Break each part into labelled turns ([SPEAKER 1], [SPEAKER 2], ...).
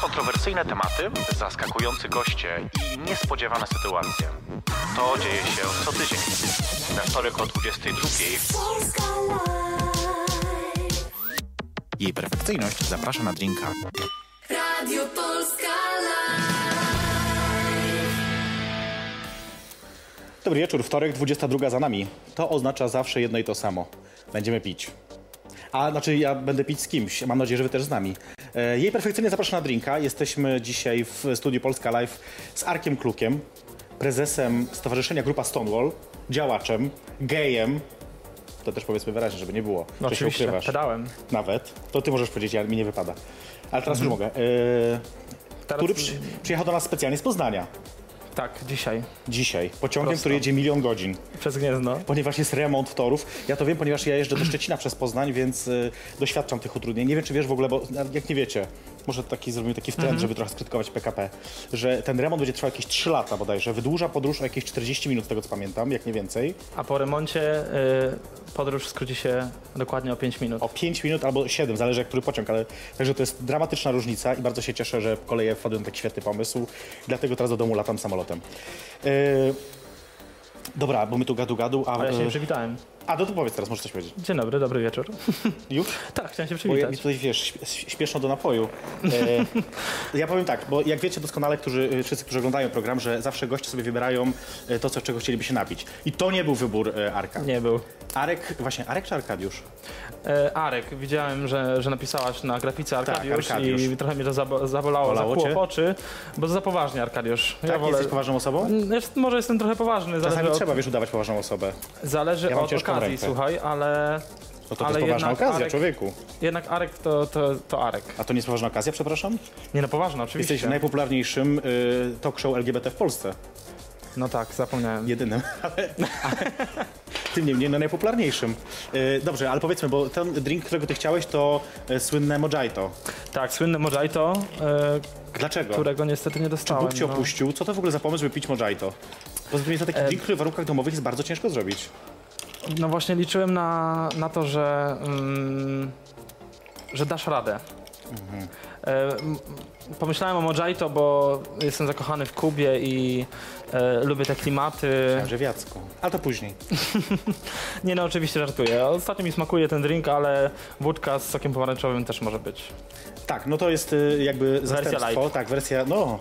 [SPEAKER 1] Kontrowersyjne tematy, zaskakujący goście i niespodziewane sytuacje. To dzieje się co tydzień. Na wtorek o 22.00
[SPEAKER 2] Polska Live.
[SPEAKER 1] Jej perfekcyjność zaprasza na drinka.
[SPEAKER 2] Radio Polska Live.
[SPEAKER 3] Dobry wieczór, wtorek, 22 za nami. To oznacza zawsze jedno i to samo. Będziemy pić. A znaczy ja będę pić z kimś, mam nadzieję, że wy też z nami. E, Jej perfekcyjnie zaprasza na drinka. Jesteśmy dzisiaj w studiu Polska Live z Arkiem Klukiem, prezesem Stowarzyszenia Grupa Stonewall, działaczem, gejem. To też powiedzmy wyraźnie, żeby nie było.
[SPEAKER 4] No
[SPEAKER 3] że się
[SPEAKER 4] oczywiście,
[SPEAKER 3] ukrywasz.
[SPEAKER 4] pedałem.
[SPEAKER 3] Nawet. To ty możesz powiedzieć, ja, mi nie wypada. Ale teraz już mogę. E,
[SPEAKER 4] Mhm. Teraz,
[SPEAKER 3] który przy, przyjechał do nas specjalnie z Poznania.
[SPEAKER 4] Tak, dzisiaj.
[SPEAKER 3] Dzisiaj. Pociągiem,
[SPEAKER 4] Prosto.
[SPEAKER 3] który jedzie milion godzin.
[SPEAKER 4] Przez Gniezno.
[SPEAKER 3] ponieważ jest remont torów. Ja to wiem, ponieważ ja jeżdżę do Szczecina przez Poznań, więc y, doświadczam tych utrudnień. Nie wiem, czy wiesz w ogóle, bo jak nie wiecie, może taki zrobimy taki
[SPEAKER 4] Mhm.
[SPEAKER 3] trend, żeby trochę skrytykować PKP, że ten remont będzie trwał jakieś 3 lata bodajże. Wydłuża podróż o jakieś 40 minut, z tego co pamiętam, jak nie więcej.
[SPEAKER 4] A po remoncie y, podróż skróci się dokładnie o 5 minut.
[SPEAKER 3] O 5 minut albo 7, zależy jak który pociąg, ale także to jest dramatyczna różnica i bardzo się cieszę, że koleje wpadły na taki świetny pomysł. Dlatego teraz do domu latam samolotem. Y, Dobra, bo my tu gadu gadu, a,
[SPEAKER 4] Ale ja się
[SPEAKER 3] y,
[SPEAKER 4] nie przywitałem.
[SPEAKER 3] a no to powiedz teraz, możesz coś powiedzieć.
[SPEAKER 4] Dzień dobry, dobry wieczór.
[SPEAKER 3] Już?
[SPEAKER 4] tak, chciałem się
[SPEAKER 3] Bo ja mi
[SPEAKER 4] przywitać.
[SPEAKER 3] tutaj, wiesz, śp- śpieszno do napoju. E, ja powiem tak, bo jak wiecie doskonale, którzy, y, wszyscy, którzy oglądają program, że zawsze goście sobie wybierają e, to, co, czego chcieliby się napić. I to nie był wybór e, Arka.
[SPEAKER 4] Nie był.
[SPEAKER 3] Arek, właśnie, Arek czy Arkadiusz?
[SPEAKER 4] E, Arek, widziałem, że, że napisałaś na grafice Arkadiusz,
[SPEAKER 3] Tak, Arkadiusz.
[SPEAKER 4] i trochę mnie to zabo- zabolało,
[SPEAKER 3] Bolało
[SPEAKER 4] zapłuło
[SPEAKER 3] cię?
[SPEAKER 4] w oczy, bo za poważnie Arkadiusz.
[SPEAKER 3] Tak, jesteś poważną osobą?
[SPEAKER 4] Jest, może jestem trochę poważny,
[SPEAKER 3] Czasami
[SPEAKER 4] zależy,
[SPEAKER 3] trzeba,
[SPEAKER 4] od,
[SPEAKER 3] wiesz, udawać poważną osobę.
[SPEAKER 4] zależy
[SPEAKER 3] Ja mam
[SPEAKER 4] od
[SPEAKER 3] ciężką
[SPEAKER 4] okazji,
[SPEAKER 3] rękę.
[SPEAKER 4] słuchaj, ale
[SPEAKER 3] No to,
[SPEAKER 4] Ale
[SPEAKER 3] jest poważna
[SPEAKER 4] jednak
[SPEAKER 3] okazja,
[SPEAKER 4] Arek-
[SPEAKER 3] człowieku.
[SPEAKER 4] jednak Arek to, to, to Arek.
[SPEAKER 3] A to nie jest poważna okazja, przepraszam?
[SPEAKER 4] Nie no poważna, oczywiście.
[SPEAKER 3] Jesteś najpopularniejszym y, talk show LGBT w Polsce.
[SPEAKER 4] No tak, zapomniałem.
[SPEAKER 3] Jedynym, ale, tym niemniej no, najpopularniejszym. Y, dobrze, ale powiedzmy, bo ten drink, którego ty chciałeś, to y, słynne Mojito.
[SPEAKER 4] Tak, słynne Mojito, e,
[SPEAKER 3] Dlaczego?
[SPEAKER 4] którego niestety nie dostałem.
[SPEAKER 3] Tak. Bóg cię
[SPEAKER 4] no. E,
[SPEAKER 3] opuścił. Co to w ogóle za pomysł, żeby pić mojito? Poza tym jest to taki
[SPEAKER 4] Em.
[SPEAKER 3] drink, który w warunkach domowych jest bardzo ciężko zrobić.
[SPEAKER 4] No właśnie liczyłem na, na to, że, mm, że dasz radę.
[SPEAKER 3] Mhm.
[SPEAKER 4] E, m- pomyślałem o Mojito, bo jestem zakochany w Kubie i e, lubię te klimaty.
[SPEAKER 3] Także wiacko. Ale to później.
[SPEAKER 4] Nie no, oczywiście żartuję. Ostatnio mi smakuje ten drink, ale wódka z sokiem pomarańczowym też może być.
[SPEAKER 3] Tak, no to jest y, jakby zastępstwo.
[SPEAKER 4] light.
[SPEAKER 3] Tak, wersja, no,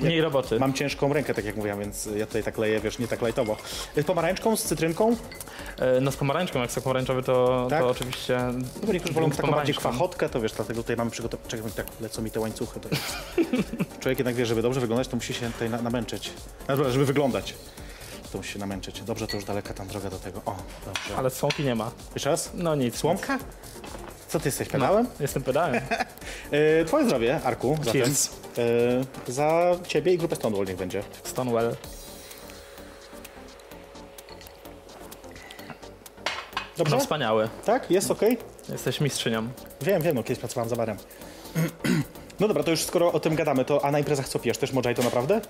[SPEAKER 4] Mniej roboty.
[SPEAKER 3] mam ciężką rękę, tak jak mówiłam, więc ja tutaj tak leję, wiesz, nie tak lajtowo. Z pomarańczką, z cytrynką?
[SPEAKER 4] E, no z pomarańczką, jak sok pomarańczowy to,
[SPEAKER 3] Tak?
[SPEAKER 4] to oczywiście
[SPEAKER 3] No bo niektórzy wolą
[SPEAKER 4] drink z
[SPEAKER 3] taką bardziej
[SPEAKER 4] pomarańczką.
[SPEAKER 3] kwachotkę, to wiesz, dlatego tutaj mamy przygotowane. Czekaj, tak lecą mi te łańcuchy. To jest. Człowiek jednak wie, żeby dobrze wyglądać, to musi się tutaj na- namęczyć. Na dobra, żeby wyglądać, to musi się namęczyć. Dobrze, to już daleka tam droga do tego. O, dobrze.
[SPEAKER 4] Ale słomki nie ma.
[SPEAKER 3] Jeszcze raz?
[SPEAKER 4] No nic.
[SPEAKER 3] Słomka? Co ty jesteś,
[SPEAKER 4] No.
[SPEAKER 3] pedałem?
[SPEAKER 4] Jestem pedałem.
[SPEAKER 3] E, twoje zdrowie, Arku, zatem.
[SPEAKER 4] Cheers.
[SPEAKER 3] E, za ciebie i grupę Stonewall niech będzie.
[SPEAKER 4] Stonewell.
[SPEAKER 3] Dobrze?
[SPEAKER 4] No wspaniały.
[SPEAKER 3] tak? Jest okej?
[SPEAKER 4] Jesteś mistrzynią.
[SPEAKER 3] Wiem, wiem, no kiedyś pracowałam za barem. No dobra, to już skoro o tym gadamy, to a na imprezach co pijesz? Też mojito naprawdę?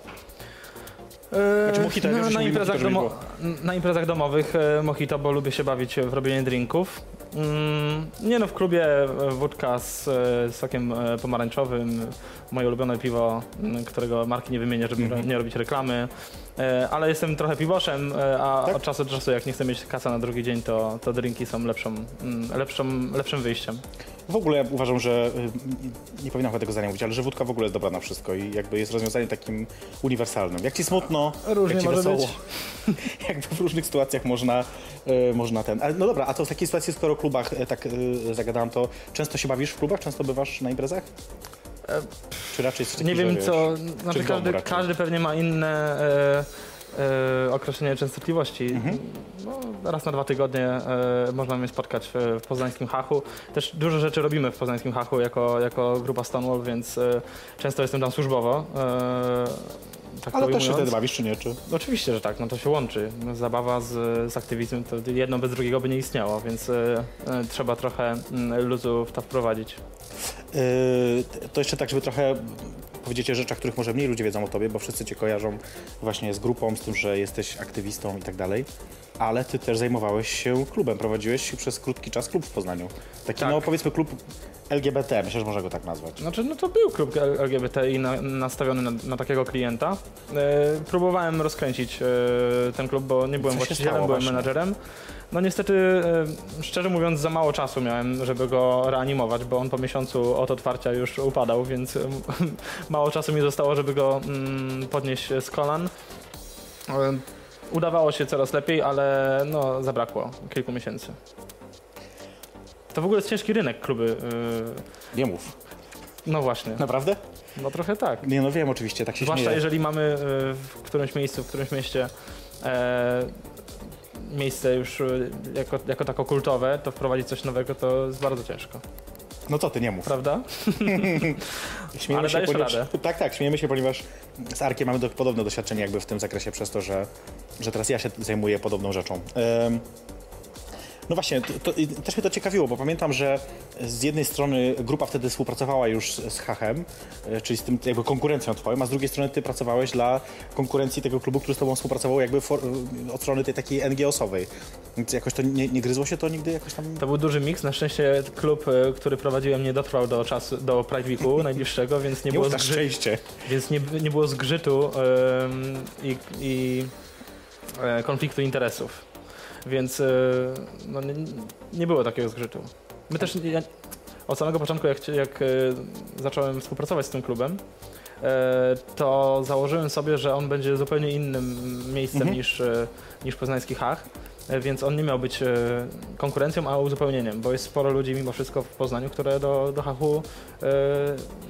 [SPEAKER 3] Znaczy mojito, ja wiem, że się
[SPEAKER 4] Eee, no, na,
[SPEAKER 3] mówi
[SPEAKER 4] imprezach
[SPEAKER 3] mojito, żeby
[SPEAKER 4] domo- na imprezach domowych e, mojito, bo lubię się bawić w robienie drinków. Mm, nie no, w klubie e, wódka z e, sokiem e, pomarańczowym, moje ulubione piwo, m, którego marki nie wymienię, żeby ro- nie robić reklamy. E, ale jestem trochę piwoszem, e, a
[SPEAKER 3] Tak?
[SPEAKER 4] od czasu do czasu jak nie chcę mieć kasa na drugi dzień, to, to drinki są lepszą, mm, lepszą, lepszym wyjściem.
[SPEAKER 3] W ogóle ja uważam, że y, nie powinnam chyba tego zdania mówić, ale że wódka w ogóle jest dobra na wszystko i jakby jest rozwiązaniem takim uniwersalnym. Jak ci smutno,
[SPEAKER 4] Różnie
[SPEAKER 3] jak ci
[SPEAKER 4] może
[SPEAKER 3] wesoło.
[SPEAKER 4] być.
[SPEAKER 3] jakby w różnych sytuacjach można, y, można ten. Ale no dobra, a to w takiej sytuacji, skoro o klubach e, tak y, zagadałam, to często się bawisz w klubach? Często bywasz na imprezach? Czy raczej jesteś taki,
[SPEAKER 4] E, Nie
[SPEAKER 3] że
[SPEAKER 4] wiem
[SPEAKER 3] wiesz,
[SPEAKER 4] co,
[SPEAKER 3] czy
[SPEAKER 4] znaczy
[SPEAKER 3] w domu
[SPEAKER 4] każdy,
[SPEAKER 3] raczej?
[SPEAKER 4] każdy pewnie ma inne e, e, określenie częstotliwości.
[SPEAKER 3] Mhm.
[SPEAKER 4] No, raz na dwa tygodnie e, można mnie spotkać w, w poznańskim hachu. Też dużo rzeczy robimy w poznańskim hachu jako, jako grupa Stonewall, więc e, często jestem tam służbowo. E, tak
[SPEAKER 3] Ale
[SPEAKER 4] to
[SPEAKER 3] też się
[SPEAKER 4] ujmując.
[SPEAKER 3] wtedy bawisz, czy nie? Czy?
[SPEAKER 4] Oczywiście, że tak, no to się łączy. Zabawa z, z aktywizmem to jedno bez drugiego by nie istniało, więc e, e, trzeba trochę mm, luzu w to wprowadzić.
[SPEAKER 3] Yy, to jeszcze tak, żeby trochę powiedzieć o rzeczach, których może mniej ludzie wiedzą o tobie, bo wszyscy cię kojarzą właśnie z grupą, z tym, że jesteś aktywistą i tak dalej. ale ty też zajmowałeś się klubem, prowadziłeś przez krótki czas klub w Poznaniu. Taki,
[SPEAKER 4] Tak.
[SPEAKER 3] no powiedzmy, klub LGBT, myślę, że można go tak nazwać.
[SPEAKER 4] Znaczy, no to był klub L- LGBTI na, nastawiony na, na takiego klienta. E, próbowałem rozkręcić e, ten klub, bo nie byłem
[SPEAKER 3] Co się
[SPEAKER 4] właścicielem,
[SPEAKER 3] stało
[SPEAKER 4] byłem
[SPEAKER 3] właśnie?
[SPEAKER 4] menadżerem. No niestety, e, szczerze mówiąc, za mało czasu miałem, żeby go reanimować, bo on po miesiącu od otwarcia już upadał, więc e, mało czasu mi zostało, żeby go mm, podnieść z kolan. E, udawało się coraz lepiej, ale no, zabrakło kilku miesięcy. To w ogóle jest ciężki rynek kluby. e,
[SPEAKER 3] Nie mów.
[SPEAKER 4] No właśnie.
[SPEAKER 3] Naprawdę?
[SPEAKER 4] No trochę tak.
[SPEAKER 3] Nie, no wiem oczywiście, tak się
[SPEAKER 4] Zwłaszcza
[SPEAKER 3] śmieję.
[SPEAKER 4] jeżeli mamy e, w którymś miejscu, w którymś mieście e, miejsce już e, jako, jako tako kultowe, to wprowadzić coś nowego to jest bardzo ciężko,
[SPEAKER 3] No co ty, nie mów.
[SPEAKER 4] prawda?
[SPEAKER 3] Śmiejemy
[SPEAKER 4] Ale
[SPEAKER 3] się,
[SPEAKER 4] dajesz
[SPEAKER 3] ponieważ,
[SPEAKER 4] radę.
[SPEAKER 3] Tak, tak, śmiejemy się, ponieważ z Arkiem mamy do, podobne doświadczenie jakby w tym zakresie przez to, że, że teraz ja się zajmuję podobną rzeczą. Em, no właśnie, to, to, i też mnie to ciekawiło, bo pamiętam, że z jednej strony grupa wtedy współpracowała już z Hachem, e, czyli z tym jakby konkurencją twoją, a z drugiej strony ty pracowałeś dla konkurencji tego klubu, który z tobą współpracował jakby for, e, od strony tej takiej NGO-sowej. Więc jakoś to nie, nie gryzło się to nigdy jakoś tam...
[SPEAKER 4] To był duży miks. Na szczęście klub, e, który prowadziłem, nie dotrwał do czasu, do Pride Weeku najbliższego, więc nie,
[SPEAKER 3] Nie
[SPEAKER 4] było,
[SPEAKER 3] mów tak na
[SPEAKER 4] zgrzy...
[SPEAKER 3] szczęście.
[SPEAKER 4] więc nie, nie było zgrzytu em, i, i e, konfliktu interesów. Więc e, no, nie, nie było takiego zgrzytu. My też ja, od samego początku, jak, chci- jak e, zacząłem współpracować z tym klubem, e, to założyłem sobie, że on będzie zupełnie innym miejscem niż, e, niż poznański Hach. e, Więc on nie miał być e, konkurencją, a uzupełnieniem, bo jest sporo ludzi mimo wszystko w Poznaniu, które do, do hachu e,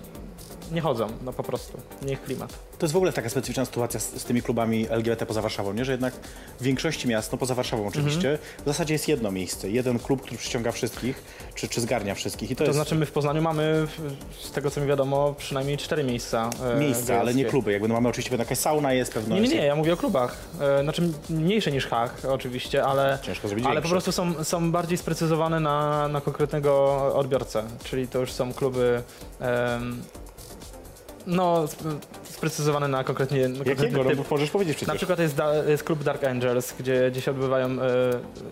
[SPEAKER 4] nie chodzą, no po prostu, nie ich klimat.
[SPEAKER 3] To jest w ogóle taka specyficzna sytuacja z, z tymi klubami LGBT poza Warszawą, nie? że jednak w większości miast, no poza Warszawą oczywiście,
[SPEAKER 4] Mhm.
[SPEAKER 3] w zasadzie jest jedno miejsce, jeden klub, który przyciąga wszystkich, czy, czy zgarnia wszystkich. I to,
[SPEAKER 4] To
[SPEAKER 3] jest
[SPEAKER 4] znaczy my w Poznaniu mamy, w- z tego co mi wiadomo, przynajmniej cztery miejsca. e,
[SPEAKER 3] miejsce, ale nie
[SPEAKER 4] gejowskie.
[SPEAKER 3] kluby. Jakby no mamy oczywiście pewnie jakaś sauna jest, pewno
[SPEAKER 4] Nie, nie,
[SPEAKER 3] jest-
[SPEAKER 4] nie, ja mówię o klubach. E, Znaczy mniejsze niż Hach oczywiście, ale,
[SPEAKER 3] Ciężko zrobić
[SPEAKER 4] ale po
[SPEAKER 3] większe.
[SPEAKER 4] prostu są, są bardziej sprecyzowane na, na konkretnego odbiorcę. Czyli to już są kluby em, no, sp- sprecyzowane na konkretnie
[SPEAKER 3] Jakiego?
[SPEAKER 4] konkretny
[SPEAKER 3] No,
[SPEAKER 4] typ.
[SPEAKER 3] bo możesz powiedzieć przecież.
[SPEAKER 4] Na przykład jest, da, jest klub Dark Angels, gdzie, gdzie się odbywają e,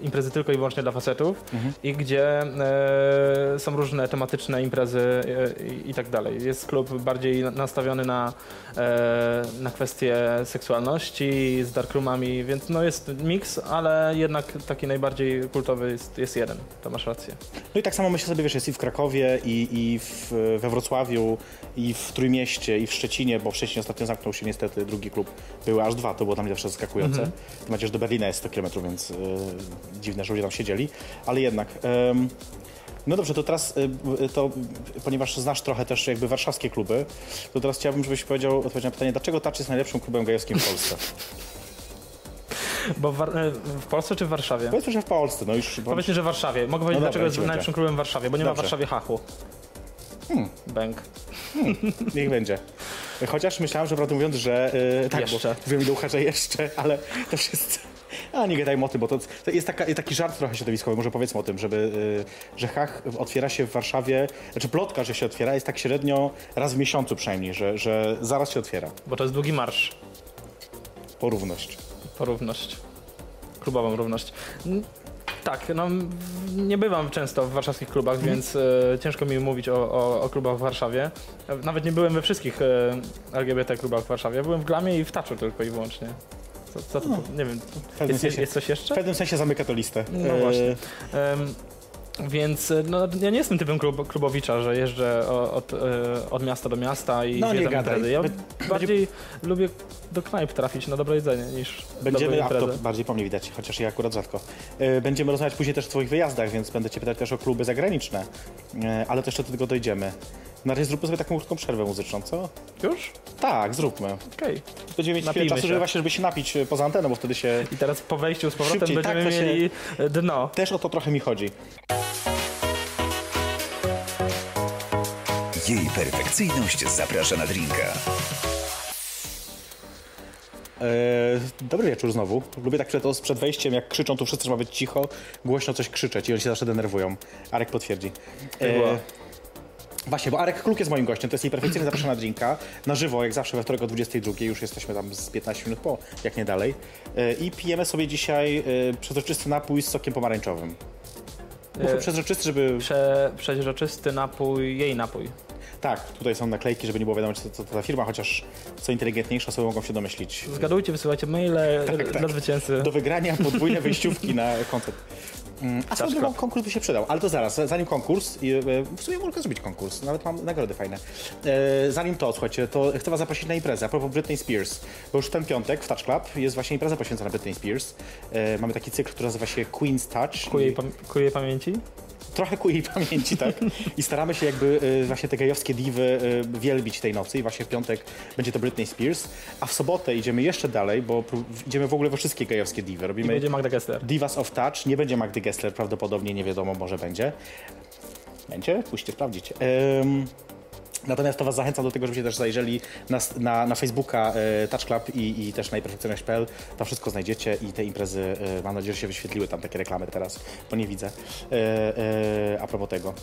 [SPEAKER 4] imprezy tylko i wyłącznie dla facetów i gdzie e, są różne tematyczne imprezy e, i, i tak dalej. Jest klub bardziej na- nastawiony na, e, na kwestie seksualności z darkroomami, więc no jest miks, ale jednak taki najbardziej kultowy jest, jest jeden, to masz rację.
[SPEAKER 3] No i tak samo myślę sobie, wiesz, jest i w Krakowie, i, i w, we Wrocławiu, i w Trójmieście, i w Szczecinie, bo w Szczecinie ostatnio zamknął się niestety drugi klub. Były aż dwa, to było tam zawsze zaskakujące. Mm Tym bardziej, że do Berlina jest 100 km, więc y, dziwne, że ludzie tam siedzieli. Ale jednak... em, no dobrze, to teraz, y, y, to, y, ponieważ znasz trochę też jakby warszawskie kluby, to teraz chciałbym, żebyś powiedział, odpowiedział na pytanie, dlaczego Touch jest najlepszym klubem gejowskim w Polsce?
[SPEAKER 4] Bo w, War- e, w Polsce czy w Warszawie?
[SPEAKER 3] Powiedzmy, że w Polsce, no już... bo-
[SPEAKER 4] Powiedzmy, że w Warszawie. Mogę powiedzieć,
[SPEAKER 3] dobra,
[SPEAKER 4] dlaczego jest
[SPEAKER 3] niech będzie.
[SPEAKER 4] najlepszym klubem w Warszawie, bo nie ma w
[SPEAKER 3] Dobrze.
[SPEAKER 4] Warszawie hachu. Bęk.
[SPEAKER 3] Niech będzie. Chociaż myślałem, że prawdę mówiąc, że yy, tak,
[SPEAKER 4] Jeszcze.
[SPEAKER 3] bo mówiłem Ilucha, że jeszcze, ale to wszyscy... A nie gadajmy o tym, bo to, to jest taka, taki żart trochę środowiskowy, może powiedzmy o tym, żeby, yy, że Hach otwiera się w Warszawie, znaczy plotka, że się otwiera, jest tak średnio raz w miesiącu przynajmniej, że, że zaraz się otwiera.
[SPEAKER 4] Bo to jest długi marsz.
[SPEAKER 3] Porówność.
[SPEAKER 4] Po równość. Klubową równość. N- Tak, no m- nie bywam często w warszawskich klubach,
[SPEAKER 3] Mhm.
[SPEAKER 4] więc e, ciężko mi mówić o, o, o klubach w Warszawie. Nawet nie byłem we wszystkich e, LGBT klubach w Warszawie. Byłem w Glamie i w Taczu tylko i wyłącznie. Co, co
[SPEAKER 3] No.
[SPEAKER 4] tu, nie wiem,
[SPEAKER 3] pewnym
[SPEAKER 4] jest,
[SPEAKER 3] sensie-
[SPEAKER 4] jest coś
[SPEAKER 3] W
[SPEAKER 4] jeszcze?
[SPEAKER 3] pewnym sensie zamyka to listę.
[SPEAKER 4] No
[SPEAKER 3] Yy,
[SPEAKER 4] właśnie. Em, więc e, no, ja nie jestem typem klub, klubowicza, że jeżdżę o, od, e, od miasta do miasta i
[SPEAKER 3] No, nie
[SPEAKER 4] zwiedzam
[SPEAKER 3] gadaj.
[SPEAKER 4] imprezy. Ja
[SPEAKER 3] Be-
[SPEAKER 4] bardziej lubię do knajp trafić na dobre jedzenie niż na
[SPEAKER 3] Będziemy, a
[SPEAKER 4] dobre
[SPEAKER 3] to
[SPEAKER 4] imprezy.
[SPEAKER 3] bardziej po mnie widać, chociaż ja akurat rzadko. E, Będziemy rozmawiać później też o Twoich wyjazdach, więc będę Cię pytać też o kluby zagraniczne, E, ale też do tego dojdziemy. Na razie zróbmy sobie taką krótką przerwę muzyczną, co?
[SPEAKER 4] Już?
[SPEAKER 3] Tak, zróbmy.
[SPEAKER 4] Okej.
[SPEAKER 3] Będziemy mieć
[SPEAKER 4] Napijmy
[SPEAKER 3] chwilę czasu,
[SPEAKER 4] się.
[SPEAKER 3] żeby właśnie żeby się napić e, poza anteną, bo wtedy się...
[SPEAKER 4] I teraz po wejściu z powrotem
[SPEAKER 3] Szybciej,
[SPEAKER 4] będziemy
[SPEAKER 3] tak, to się-
[SPEAKER 4] mieli e, dno.
[SPEAKER 3] Też o to trochę mi chodzi.
[SPEAKER 5] Jej perfekcyjność zaprasza na drinka.
[SPEAKER 3] E, dobry wieczór znowu. Lubię tak przed, o- przed wejściem, jak krzyczą, to wszyscy że ma być cicho, głośno coś krzyczeć i oni się zawsze denerwują. Arek potwierdzi. E,
[SPEAKER 4] było.
[SPEAKER 3] Właśnie, bo Arek Kluk jest moim gościem, to jest jej perfekcyjnie zapraszana drinka. Na żywo, jak zawsze, we wtorek o 22, już jesteśmy tam z 15 minut po, jak nie dalej. E, I pijemy sobie dzisiaj e, przezroczysty napój z sokiem pomarańczowym. Muszę
[SPEAKER 4] E,
[SPEAKER 3] przezroczysty, żeby...
[SPEAKER 4] Prze, przeźroczysty napój, jej napój.
[SPEAKER 3] Tak, tutaj są naklejki, żeby nie było wiadomo, co to za firma, chociaż co inteligentniejsze osoby mogą się domyślić.
[SPEAKER 4] Zgadujcie, wysyłajcie maile
[SPEAKER 3] Tak, tak.
[SPEAKER 4] dla zwycięzcy.
[SPEAKER 3] Do wygrania podwójne wyjściówki na koncert. Mm, A swoją drogą
[SPEAKER 4] Club.
[SPEAKER 3] konkurs by się przydał, ale to zaraz, zanim konkurs, i, e, w sumie mogę zrobić konkurs, nawet mam nagrody fajne. E, Zanim to, słuchajcie, to chcę was zaprosić na imprezę, a propos Britney Spears, bo już w ten piątek w Touch Club jest właśnie impreza poświęcona Britney Spears. E, Mamy taki cykl, który nazywa się Queen's Touch.
[SPEAKER 4] Ku jej,
[SPEAKER 3] I-
[SPEAKER 4] pam- ku jej pamięci.
[SPEAKER 3] trochę ku jej pamięci, tak? I staramy się jakby e, właśnie te gejowskie diwy e, wielbić tej nocy i właśnie w piątek będzie to Britney Spears, a w sobotę idziemy jeszcze dalej, bo pró- idziemy w ogóle we wszystkie gejowskie diwy.
[SPEAKER 4] I
[SPEAKER 3] Robimy
[SPEAKER 4] będzie Magda Gessler.
[SPEAKER 3] Divas of Touch, nie będzie Magdy Gessler, prawdopodobnie nie wiadomo, może będzie. Będzie? Pójście sprawdzić. Ym, Natomiast to Was zachęcam do tego, żebyście też zajrzeli na, na, na Facebooka e, Touch Club i, i też na imperfekcjonalność.pl. Tam wszystko znajdziecie i te imprezy, e, mam nadzieję, że się wyświetliły tam takie reklamy teraz, bo nie widzę. E, e, a propos tego.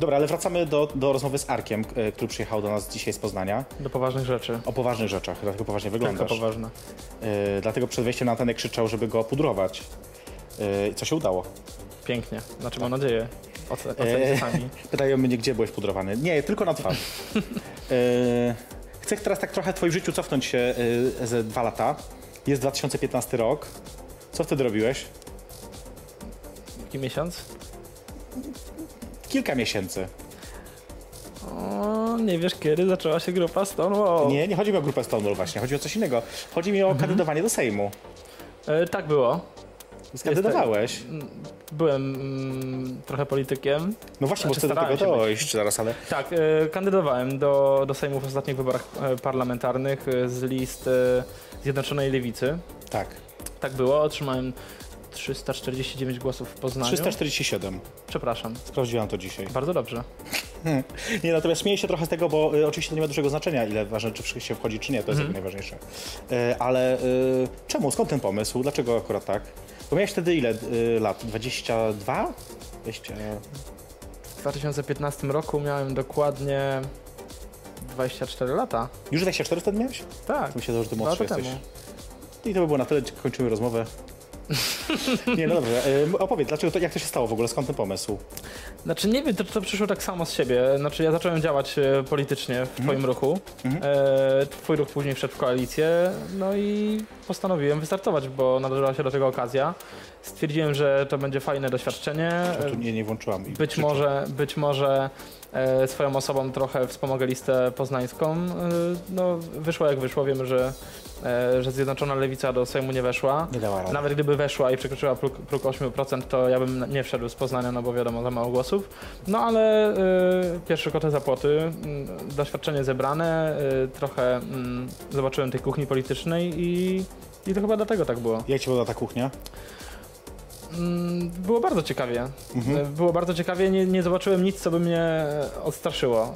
[SPEAKER 3] Dobra, ale wracamy do, do rozmowy z Arkiem, k- e, który przyjechał do nas dzisiaj z Poznania.
[SPEAKER 4] Do poważnych rzeczy.
[SPEAKER 3] O poważnych rzeczach, dlatego poważnie
[SPEAKER 4] Tylko
[SPEAKER 3] wyglądasz.
[SPEAKER 4] poważne.
[SPEAKER 3] E, dlatego przed wejściem na antenę krzyczał, żeby go pudrować. E, co się udało?
[SPEAKER 4] Pięknie. Znaczy mam nadzieję.
[SPEAKER 3] E.
[SPEAKER 4] Oce- Ocenicie sami.
[SPEAKER 3] Pytają mnie, gdzie byłeś pudrowany. Nie, tylko na twarz. E, chcę teraz tak trochę w twoim życiu cofnąć się e, ze dwa lata. Jest 2015 rok. Co wtedy robiłeś?
[SPEAKER 4] Jaki miesiąc?
[SPEAKER 3] Kilka miesięcy.
[SPEAKER 4] O, nie wiesz kiedy zaczęła się grupa Stonewall.
[SPEAKER 3] Nie, nie chodzi mi o grupę Stonewall właśnie, chodzi o coś innego. Chodzi mi o kandydowanie do Sejmu.
[SPEAKER 4] E, tak było.
[SPEAKER 3] Skandydowałeś.
[SPEAKER 4] Byłem mm, trochę politykiem.
[SPEAKER 3] No właśnie, bo
[SPEAKER 4] Znaczy,
[SPEAKER 3] wtedy do tego
[SPEAKER 4] starałem się
[SPEAKER 3] dojść zaraz, ale...
[SPEAKER 4] Tak, e, kandydowałem do, do Sejmu w ostatnich wyborach e, parlamentarnych e, z list e, Zjednoczonej Lewicy.
[SPEAKER 3] Tak.
[SPEAKER 4] Tak było, otrzymałem 349 głosów w Poznaniu.
[SPEAKER 3] 347.
[SPEAKER 4] Przepraszam,
[SPEAKER 3] Sprawdziłam to dzisiaj.
[SPEAKER 4] bardzo dobrze.
[SPEAKER 3] Nie, natomiast śmieję się trochę z tego, bo y, oczywiście to nie ma dużego znaczenia, ile ważne, czy w- się wchodzi, czy nie, to
[SPEAKER 4] Mhm.
[SPEAKER 3] jest jakby najważniejsze. Y, ale y, czemu, skąd ten pomysł, dlaczego akurat tak? Bo miałeś wtedy ile y, lat? 22? 20...
[SPEAKER 4] W 2015 roku miałem dokładnie 24 lata.
[SPEAKER 3] Już 24 wtedy miałeś?
[SPEAKER 4] Tak,
[SPEAKER 3] To myślałem, że ty
[SPEAKER 4] dwa
[SPEAKER 3] młodszy
[SPEAKER 4] lata
[SPEAKER 3] jesteś.
[SPEAKER 4] temu.
[SPEAKER 3] I to by było na tyle, kończymy rozmowę. nie, no dobrze, y, opowiedz, dlaczego to, jak to się stało w ogóle, skąd ten pomysł?
[SPEAKER 4] Znaczy nie wiem, to, to przyszło tak samo z siebie. Znaczy ja zacząłem działać e, politycznie w twoim ruchu. E, twój ruch później wszedł w koalicję, no i postanowiłem wystartować, bo nadarzyła się do tego okazja. Stwierdziłem, że to będzie fajne doświadczenie.
[SPEAKER 3] Ja tu Znaczy, nie, nie włączyłam. i
[SPEAKER 4] Być
[SPEAKER 3] krzyczę.
[SPEAKER 4] może, być może e, swoją osobą trochę wspomogę listę poznańską. E, no, wyszło jak wyszło, wiemy, że, e, że Zjednoczona Lewica do Sejmu nie weszła.
[SPEAKER 3] Nie dała rady.
[SPEAKER 4] Nawet gdyby weszła i przekroczyła próg, próg 8%, to ja bym nie wszedł z Poznania, no bo wiadomo, za mało głosów. No ale y, pierwsze koty za płoty, mm, doświadczenie zebrane, y, trochę mm, zobaczyłem tej kuchni politycznej i, i to chyba dlatego tak było.
[SPEAKER 3] Jak ci woda ta kuchnia?
[SPEAKER 4] Mm, Było bardzo ciekawie. E, Było bardzo ciekawie, nie, nie zobaczyłem nic, co by mnie odstraszyło.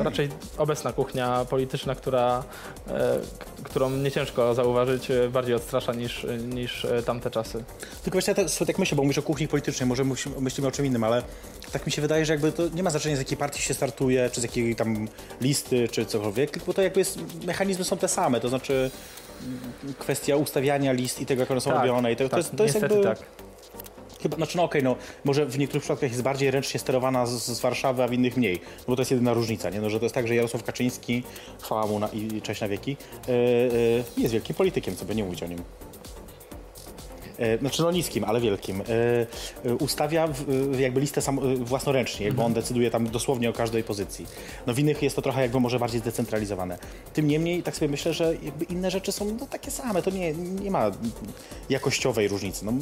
[SPEAKER 4] E, Raczej obecna kuchnia polityczna, która, e, k- którą nie ciężko zauważyć, e, bardziej odstrasza niż, niż e, tamte czasy.
[SPEAKER 3] Tylko właśnie ja te- sobie tak myślę, bo mówisz o kuchni politycznej, może musi- myślimy o czym innym, ale tak mi się wydaje, że jakby to nie ma znaczenia z jakiej partii się startuje, czy z jakiej tam listy, czy cokolwiek, tylko to jakby jest, mechanizmy są te same, to znaczy mm, kwestia ustawiania list i tego, jak one są robione i to, to jest, to jest
[SPEAKER 4] niestety
[SPEAKER 3] jakby...
[SPEAKER 4] tak.
[SPEAKER 3] Chyba, znaczy no okej, no może w niektórych przypadkach jest bardziej ręcznie sterowana z, z Warszawy, a w innych mniej, no bo to jest jedyna różnica, nie? No, że to jest tak, że Jarosław Kaczyński, chwała mu na, i cześć na wieki, yy, yy, jest wielkim politykiem, co by nie mówić o nim. Yy, Znaczy no niskim, ale wielkim. Yy, yy, Ustawia w- w jakby listę sam, yy, własnoręcznie, jakby on decyduje tam dosłownie o każdej pozycji. No w innych jest to trochę jakby może bardziej zdecentralizowane. Tym niemniej tak sobie myślę, że jakby inne rzeczy są no, takie same, to nie, nie ma jakościowej różnicy. No,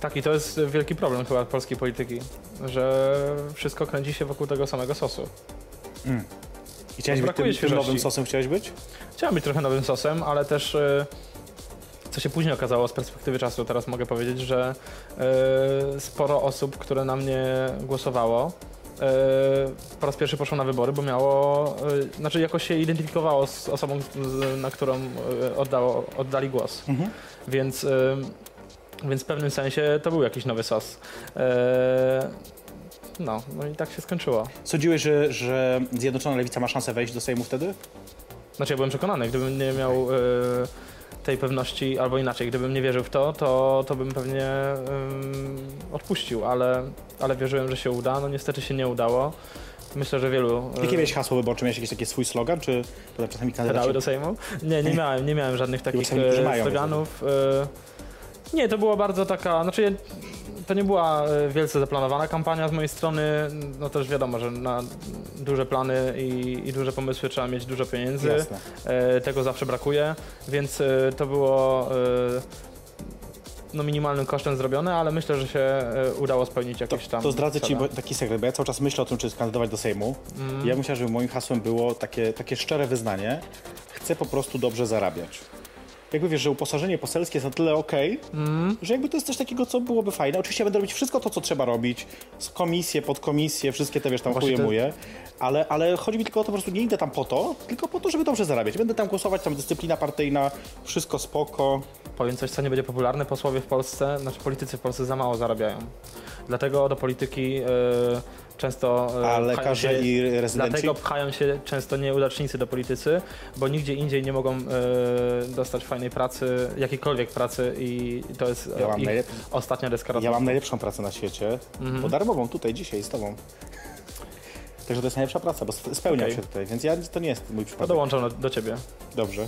[SPEAKER 4] Tak, i to jest wielki problem chyba polskiej polityki, że wszystko kręci się wokół tego samego sosu.
[SPEAKER 3] I Chciałeś
[SPEAKER 4] No,
[SPEAKER 3] być tym,
[SPEAKER 4] brakuje
[SPEAKER 3] tym
[SPEAKER 4] świeżości.
[SPEAKER 3] nowym sosem chciałeś być?
[SPEAKER 4] Chciałem być trochę nowym sosem, ale też e, co się później okazało z perspektywy czasu, teraz mogę powiedzieć, że e, sporo osób, które na mnie głosowało, e, po raz pierwszy poszło na wybory, bo miało, e, znaczy jakoś się identyfikowało z osobą, z, na którą e, oddało, oddali głos. Więc, e, więc w pewnym sensie to był jakiś nowy sos. E, No, no i tak się skończyło.
[SPEAKER 3] Sądziłeś, że, że Zjednoczona Lewica ma szansę wejść do Sejmu wtedy?
[SPEAKER 4] Znaczy ja byłem przekonany, gdybym nie miał e, tej pewności, albo inaczej, gdybym nie wierzył w to, to, to bym pewnie em, odpuścił, ale, ale wierzyłem, że się uda. No niestety się nie udało. Myślę, że wielu... e,
[SPEAKER 3] Jakie miałeś hasło wyborcze? Miałeś jakiś taki swój slogan, czy bo tam czasami
[SPEAKER 4] pedały
[SPEAKER 3] kandydaci...
[SPEAKER 4] do Sejmu? Nie, nie miałem, nie miałem żadnych takich
[SPEAKER 3] czasami którzy
[SPEAKER 4] e,
[SPEAKER 3] mają,
[SPEAKER 4] sloganów. E, Nie, to była bardzo taka, znaczy ja- to nie była e, wielce zaplanowana kampania z mojej strony, no też wiadomo, że na duże plany i, i duże pomysły trzeba mieć dużo pieniędzy,
[SPEAKER 3] Jasne.
[SPEAKER 4] E, tego zawsze brakuje, więc e, to było e, no minimalnym kosztem zrobione, ale myślę, że się e, udało spełnić jakieś tam
[SPEAKER 3] To zdradzę ci
[SPEAKER 4] cele.
[SPEAKER 3] bo taki sekret, bo ja cały czas myślę o tym, czy kandydować do Sejmu.
[SPEAKER 4] Mm.
[SPEAKER 3] Ja bym chciał, żeby moim hasłem było takie, takie szczere wyznanie. Chcę po prostu dobrze zarabiać. Jakby wiesz, że uposażenie poselskie jest na tyle okej,
[SPEAKER 4] Mm.
[SPEAKER 3] że jakby to jest coś takiego, co byłoby fajne. Oczywiście będę robić wszystko to, co trzeba robić. Z komisję, podkomisję, wszystkie te wiesz, tam
[SPEAKER 4] No Właśnie
[SPEAKER 3] chuje
[SPEAKER 4] to-
[SPEAKER 3] muje. Ale, ale chodzi mi tylko o to, po prostu nie idę tam po to, tylko po to, żeby dobrze zarabiać. Będę tam głosować, tam dyscyplina partyjna, wszystko spoko.
[SPEAKER 4] Powiem coś, co nie będzie popularne. Posłowie w Polsce, znaczy politycy w Polsce za mało zarabiają. Dlatego do polityki e, często. e,
[SPEAKER 3] A
[SPEAKER 4] pchają
[SPEAKER 3] lekarze
[SPEAKER 4] się-
[SPEAKER 3] i rezydenci?
[SPEAKER 4] Dlatego pchają się często nieudacznicy do politycy, bo nigdzie indziej nie mogą e, dostać fajnej pracy, jakiejkolwiek pracy, i to jest e,
[SPEAKER 3] Ja mam
[SPEAKER 4] ich
[SPEAKER 3] najlep-
[SPEAKER 4] ostatnia deska
[SPEAKER 3] Ja mam
[SPEAKER 4] ratunku.
[SPEAKER 3] najlepszą pracę na świecie,
[SPEAKER 4] Mhm.
[SPEAKER 3] podarmową tutaj dzisiaj z tobą. Także to jest najlepsza praca, bo spe- spełniam
[SPEAKER 4] Okej.
[SPEAKER 3] się tutaj, więc ja, to nie jest mój
[SPEAKER 4] To
[SPEAKER 3] przypadek.
[SPEAKER 4] dołączam do, do ciebie.
[SPEAKER 3] Dobrze. E,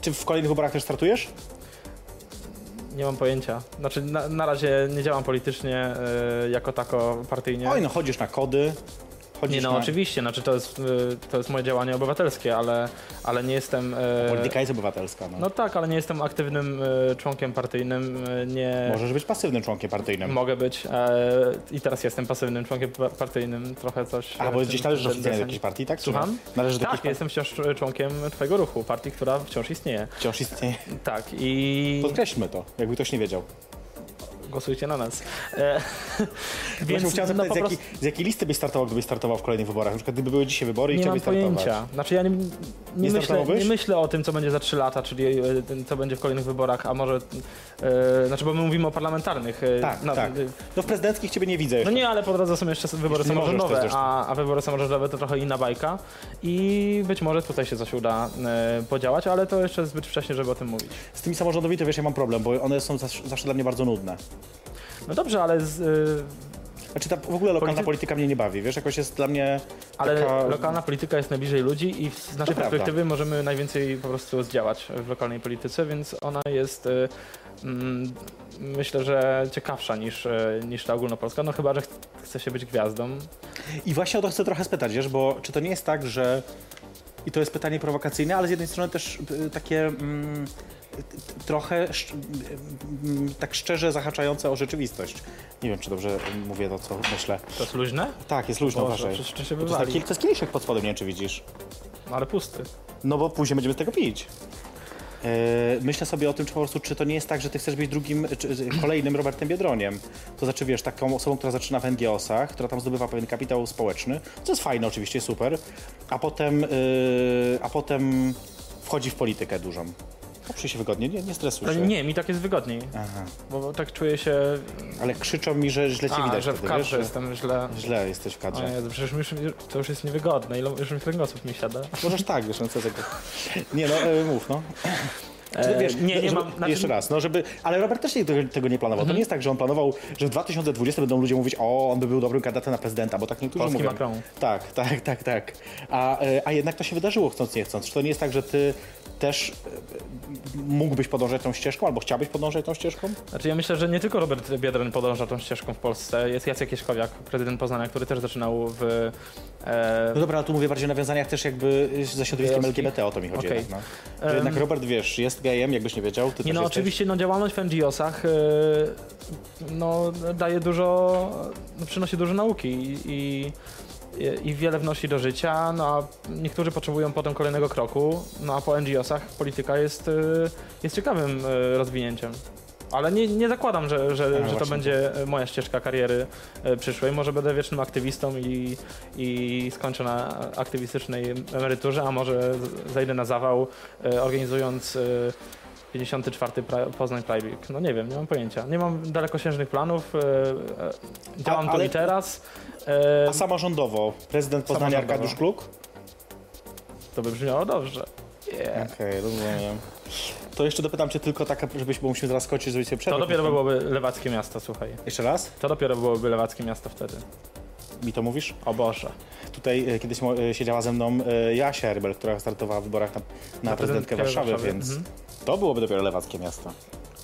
[SPEAKER 3] czy w kolejnych wyborach też startujesz?
[SPEAKER 4] Nie mam pojęcia. Znaczy, na, na razie nie działam politycznie e, jako tako partyjnie.
[SPEAKER 3] Oj, no chodzisz na kody, chodzisz
[SPEAKER 4] Nie, no
[SPEAKER 3] na...
[SPEAKER 4] oczywiście, znaczy to jest, y, to jest moje działanie obywatelskie, ale, ale nie jestem. y,
[SPEAKER 3] Polityka jest obywatelska, no.
[SPEAKER 4] No tak, ale nie jestem aktywnym y, członkiem partyjnym, y, nie.
[SPEAKER 3] Możesz być pasywnym członkiem partyjnym.
[SPEAKER 4] Mogę być y, i teraz jestem pasywnym członkiem pa- partyjnym, trochę coś.
[SPEAKER 3] A,
[SPEAKER 4] y,
[SPEAKER 3] bo
[SPEAKER 4] w
[SPEAKER 3] gdzieś
[SPEAKER 4] tym-
[SPEAKER 3] należysz
[SPEAKER 4] w tym
[SPEAKER 3] oficjalnie do
[SPEAKER 4] deseń.
[SPEAKER 3] jakiejś partii, tak? Czy
[SPEAKER 4] Słucham?
[SPEAKER 3] nie? Należysz do
[SPEAKER 4] Tak,
[SPEAKER 3] jakiejś
[SPEAKER 4] jestem wciąż członkiem twojego ruchu, partii, która wciąż istnieje.
[SPEAKER 3] partii, wciąż istnieje.
[SPEAKER 4] Tak, i
[SPEAKER 3] Podkreślmy to, jakby ktoś nie wiedział.
[SPEAKER 4] głosujcie na nas. E,
[SPEAKER 3] Właśnie chciałem
[SPEAKER 4] no,
[SPEAKER 3] zapytać,
[SPEAKER 4] po
[SPEAKER 3] z,
[SPEAKER 4] prostu-
[SPEAKER 3] jaki, z jakiej listy byś startował, gdybyś startował w kolejnych wyborach? Na przykład gdyby były dzisiaj wybory i
[SPEAKER 4] Nie mam
[SPEAKER 3] chciałbyś startować.
[SPEAKER 4] pojęcia. Znaczy ja nie, nie,
[SPEAKER 3] Nie
[SPEAKER 4] myślę,
[SPEAKER 3] startowałbyś?
[SPEAKER 4] nie myślę o tym, co będzie za 3 lata, czyli e, ten, co będzie w kolejnych wyborach, a może. E, znaczy, bo my mówimy o parlamentarnych. e,
[SPEAKER 3] Tak,
[SPEAKER 4] na-
[SPEAKER 3] tak.
[SPEAKER 4] e,
[SPEAKER 3] No w prezydenckich ciebie nie widzę
[SPEAKER 4] No
[SPEAKER 3] jeszcze.
[SPEAKER 4] nie, ale po drodze są jeszcze wybory
[SPEAKER 3] Już nie możesz
[SPEAKER 4] samorządowe,
[SPEAKER 3] też zresztą.
[SPEAKER 4] a, a wybory samorządowe to trochę inna bajka i być może tutaj się coś uda e, podziałać, ale to jeszcze zbyt wcześnie, żeby o tym mówić.
[SPEAKER 3] Z tymi samorządowymi to wiesz, ja mam problem, bo one są zawsze, zawsze dla mnie bardzo nudne.
[SPEAKER 4] No dobrze, ale z, e,
[SPEAKER 3] Znaczy ta w ogóle lokalna
[SPEAKER 4] Polity-
[SPEAKER 3] polityka mnie nie bawi, wiesz, jakoś jest dla mnie
[SPEAKER 4] Ale
[SPEAKER 3] taka...
[SPEAKER 4] lokalna polityka jest najbliżej ludzi i z naszej
[SPEAKER 3] prawda.
[SPEAKER 4] perspektywy możemy najwięcej po prostu zdziałać w lokalnej polityce, więc ona jest y, mm, myślę, że ciekawsza niż, y, niż ta ogólnopolska, no chyba, że ch chce się być gwiazdą.
[SPEAKER 3] I właśnie o to chcę trochę spytać, wiesz, bo czy to nie jest tak, że... I to jest pytanie prowokacyjne, ale z jednej strony też y, takie mm, t- t- trochę szcz- y, mm, tak szczerze zahaczające o rzeczywistość. Nie wiem, czy dobrze mówię to, co myślę.
[SPEAKER 4] To jest luźne,
[SPEAKER 3] Tak, jest luźno,
[SPEAKER 4] Boże,
[SPEAKER 3] uważaj.
[SPEAKER 4] przecież to się
[SPEAKER 3] Bo to, jest
[SPEAKER 4] wywali.
[SPEAKER 3] taki- to jest kieliszek pod spodem, nie wiem, czy widzisz.
[SPEAKER 4] no ale pusty.
[SPEAKER 3] No bo później będziemy z tego pić. Yy, Myślę sobie o tym, czy po prostu, czy to nie jest tak, że ty chcesz być drugim, czy, czy kolejnym Robertem Biedroniem. To znaczy, wiesz, taką osobą, która zaczyna w NGO-sach, która tam zdobywa pewien kapitał społeczny, co jest fajne oczywiście, super, a potem, yy, a potem wchodzi w politykę dużą. Poprzyj się wygodnie, nie, nie stresuj
[SPEAKER 4] No
[SPEAKER 3] się.
[SPEAKER 4] nie, mi tak jest wygodniej,
[SPEAKER 3] Aha.
[SPEAKER 4] bo bo tak czuję się,
[SPEAKER 3] Ale krzyczą mi, że źle cię
[SPEAKER 4] a,
[SPEAKER 3] widać
[SPEAKER 4] że w
[SPEAKER 3] wtedy, wiesz,
[SPEAKER 4] kadrze
[SPEAKER 3] że
[SPEAKER 4] jestem źle.
[SPEAKER 3] źle jesteś w
[SPEAKER 4] O
[SPEAKER 3] kadrze.
[SPEAKER 4] Jezu, przecież już, to już jest niewygodne, ile już mi kręgosłup mi siada.
[SPEAKER 3] Możesz tak, wiesz, no co tego. Nie no, e, mów, no. Czy wiesz,
[SPEAKER 4] nie, nie
[SPEAKER 3] żeby,
[SPEAKER 4] mam- znaczy-
[SPEAKER 3] Jeszcze raz, no żeby... Ale Robert też nie- tego, tego nie planował. To nie jest tak, że on planował, że w 2020 będą ludzie mówić, o, on by był dobrym kandydatem na prezydenta, bo tak niektórzy
[SPEAKER 4] Polski
[SPEAKER 3] mówią.
[SPEAKER 4] Macron.
[SPEAKER 3] Tak, tak, tak, tak. A, e, a jednak to się wydarzyło chcąc, nie chcąc. Czy to nie jest tak, że ty też e, mógłbyś podążać tą ścieżką, albo chciałbyś podążać tą ścieżką?
[SPEAKER 4] Znaczy ja myślę, że nie tylko Robert Biedroń podąża tą ścieżką w Polsce. Jest Jacek Kieszkowiak, prezydent Poznania, który też zaczynał w... E,
[SPEAKER 3] No dobra, ale tu mówię bardziej o nawiązaniach też jakby e, ze środowiskiem
[SPEAKER 4] Gejowskich.
[SPEAKER 3] LGBT, o to mi chodzi
[SPEAKER 4] Okej.
[SPEAKER 3] jednak, no. Że Jednak Robert, wiesz, jest gejem, jakbyś nie wiedział, ty
[SPEAKER 4] nie
[SPEAKER 3] też
[SPEAKER 4] no,
[SPEAKER 3] jesteś.
[SPEAKER 4] oczywiście no, działalność w NGO-sach e, no, daje dużo, no, przynosi dużo nauki i, i, i wiele wnosi do życia, no a niektórzy potrzebują potem kolejnego kroku, no a po NGO-sach polityka jest, e, jest ciekawym e, rozwinięciem. Ale nie, nie zakładam, że, że, że to
[SPEAKER 3] właśnie.
[SPEAKER 4] będzie e, moja ścieżka kariery e, przyszłej. Może będę wiecznym aktywistą i, i skończę na aktywistycznej emeryturze, a może z- zejdę na zawał, e, y, organizując e, 54 pra- Poznań Playbook. No nie wiem, nie mam pojęcia. Nie mam dalekosiężnych planów. e, e, Działam
[SPEAKER 3] A-
[SPEAKER 4] tu
[SPEAKER 3] ale-
[SPEAKER 4] i teraz. E,
[SPEAKER 3] A samorządowo prezydent Poznania
[SPEAKER 4] Samorządowo.
[SPEAKER 3] Arkadiusz Kluk?
[SPEAKER 4] To by brzmiało dobrze. Yeah.
[SPEAKER 3] Okej, rozumiem. To jeszcze dopytam cię tylko tak, żebyśmy bo musimy zaraz skończyć, żeby się
[SPEAKER 4] To
[SPEAKER 3] przerwać.
[SPEAKER 4] dopiero by byłoby lewackie miasto, słuchaj.
[SPEAKER 3] Jeszcze raz?
[SPEAKER 4] To dopiero byłoby lewackie miasto wtedy.
[SPEAKER 3] Mi to mówisz?
[SPEAKER 4] O Boże.
[SPEAKER 3] Tutaj e, kiedyś mo- e, siedziała ze mną e, Jasia Erbel, która startowała w wyborach na, na prezydentkę Warszawy,
[SPEAKER 4] Warszawy, Mhm.
[SPEAKER 3] więc to byłoby dopiero lewackie miasto.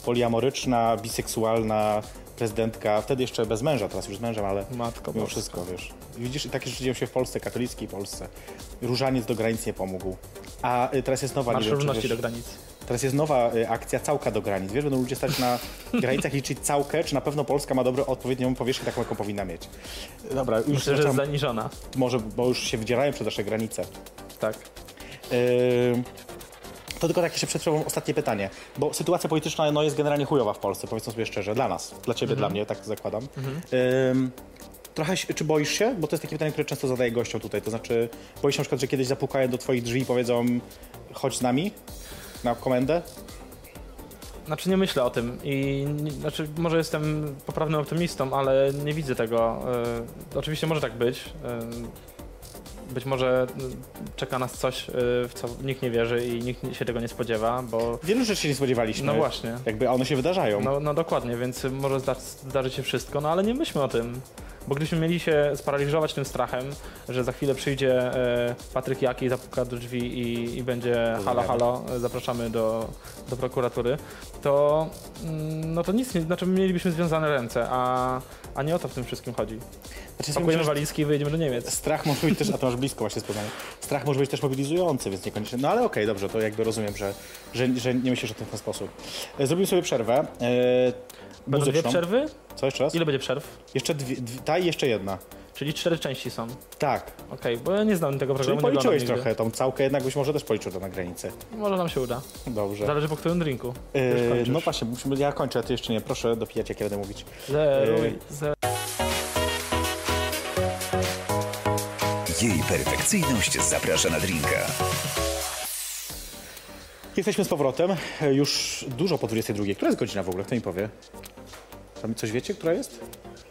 [SPEAKER 3] Poliamoryczna, biseksualna prezydentka, wtedy jeszcze bez męża, teraz już z mężem, ale
[SPEAKER 4] Matko
[SPEAKER 3] mimo
[SPEAKER 4] Boska.
[SPEAKER 3] wszystko, wiesz. Widzisz, i takie rzeczy dzieją się w Polsce, katolickiej Polsce. Różaniec do granic nie pomógł. A y, teraz jest nowa...
[SPEAKER 4] Marsz
[SPEAKER 3] nie wiem, czy
[SPEAKER 4] równości
[SPEAKER 3] wiesz-
[SPEAKER 4] do granicy.
[SPEAKER 3] Teraz jest nowa y, akcja całka do granic. Wiesz, będą ludzie stać na granicach i liczyć całkę, czy na pewno Polska ma dobrą odpowiednią powierzchnię, taką jaką powinna mieć. Dobra, już
[SPEAKER 4] Myślę, że jest
[SPEAKER 3] zaczynam,
[SPEAKER 4] zaniżona.
[SPEAKER 3] może, bo już się wydzierają przed nasze granice.
[SPEAKER 4] Tak.
[SPEAKER 3] Ym, To tylko takie się przed sobą ostatnie pytanie, bo sytuacja polityczna no, jest generalnie chujowa w Polsce, powiedzmy sobie szczerze, dla nas, dla ciebie,
[SPEAKER 4] Mhm.
[SPEAKER 3] dla mnie, tak zakładam. Ym, trochę, się- czy boisz się? Bo to jest takie pytanie, które często zadaję gościom tutaj, to znaczy boisz się na przykład, że kiedyś zapukają do twoich drzwi i powiedzą chodź z nami na komendę?
[SPEAKER 4] Znaczy nie myślę o tym i nie, znaczy może jestem poprawnym optymistą, ale nie widzę tego. E, oczywiście może tak być. E, być może m, czeka nas coś, e, w co nikt nie wierzy i nikt nie- się tego nie spodziewa, bo
[SPEAKER 3] Wielu rzeczy się nie spodziewaliśmy.
[SPEAKER 4] no właśnie.
[SPEAKER 3] Jakby a one się wydarzają.
[SPEAKER 4] No, no dokładnie, więc może zda- zdarzyć się wszystko, no ale nie myślmy o tym. Bo gdybyśmy mieli się sparaliżować tym strachem, że za chwilę przyjdzie e, Patryk Jaki, zapuka do drzwi i, i będzie halo, halo, e, zapraszamy do, do prokuratury, to mm, no to nic, nie, znaczy mielibyśmy związane ręce, a, a nie o to w tym wszystkim chodzi.
[SPEAKER 3] Znaczy, sobie
[SPEAKER 4] Pakujemy
[SPEAKER 3] myślę, że
[SPEAKER 4] walizki i wyjedziemy do Niemiec.
[SPEAKER 3] strach może być też, a to masz blisko właśnie z Poznania. Strach może być też mobilizujący, więc niekoniecznie. No ale okej, dobrze, to jakby rozumiem, że, że, że nie myślisz o tym w ten sposób. E, Zrobimy sobie przerwę. E,
[SPEAKER 4] Będą dwie
[SPEAKER 3] muzyczną.
[SPEAKER 4] przerwy?
[SPEAKER 3] Co jeszcze raz?
[SPEAKER 4] Ile będzie przerw?
[SPEAKER 3] Jeszcze dwie, dwie, ta i jeszcze jedna.
[SPEAKER 4] Czyli cztery części są. Okej,
[SPEAKER 3] Tak,
[SPEAKER 4] bo ja nie znam tego
[SPEAKER 3] czyli
[SPEAKER 4] programu. nie oglądam
[SPEAKER 3] policzyłeś
[SPEAKER 4] nigdy.
[SPEAKER 3] trochę tą całkę, jednak byś może też policzył to na granicy.
[SPEAKER 4] Może nam się uda.
[SPEAKER 3] Dobrze.
[SPEAKER 4] Zależy po którym drinku. Już
[SPEAKER 3] Tak. E,
[SPEAKER 4] kończysz.
[SPEAKER 3] no właśnie, musimy, ja kończę, a ty jeszcze nie. Proszę dopijać, jak ja będę mówić.
[SPEAKER 4] Zeruj,
[SPEAKER 3] Yy.
[SPEAKER 4] zeruj.
[SPEAKER 5] Jej perfekcyjność zaprasza na drinka.
[SPEAKER 3] Jesteśmy z powrotem, e, już dużo po 22. Która jest godzina w ogóle? Kto mi powie? Tam coś wiecie, która jest?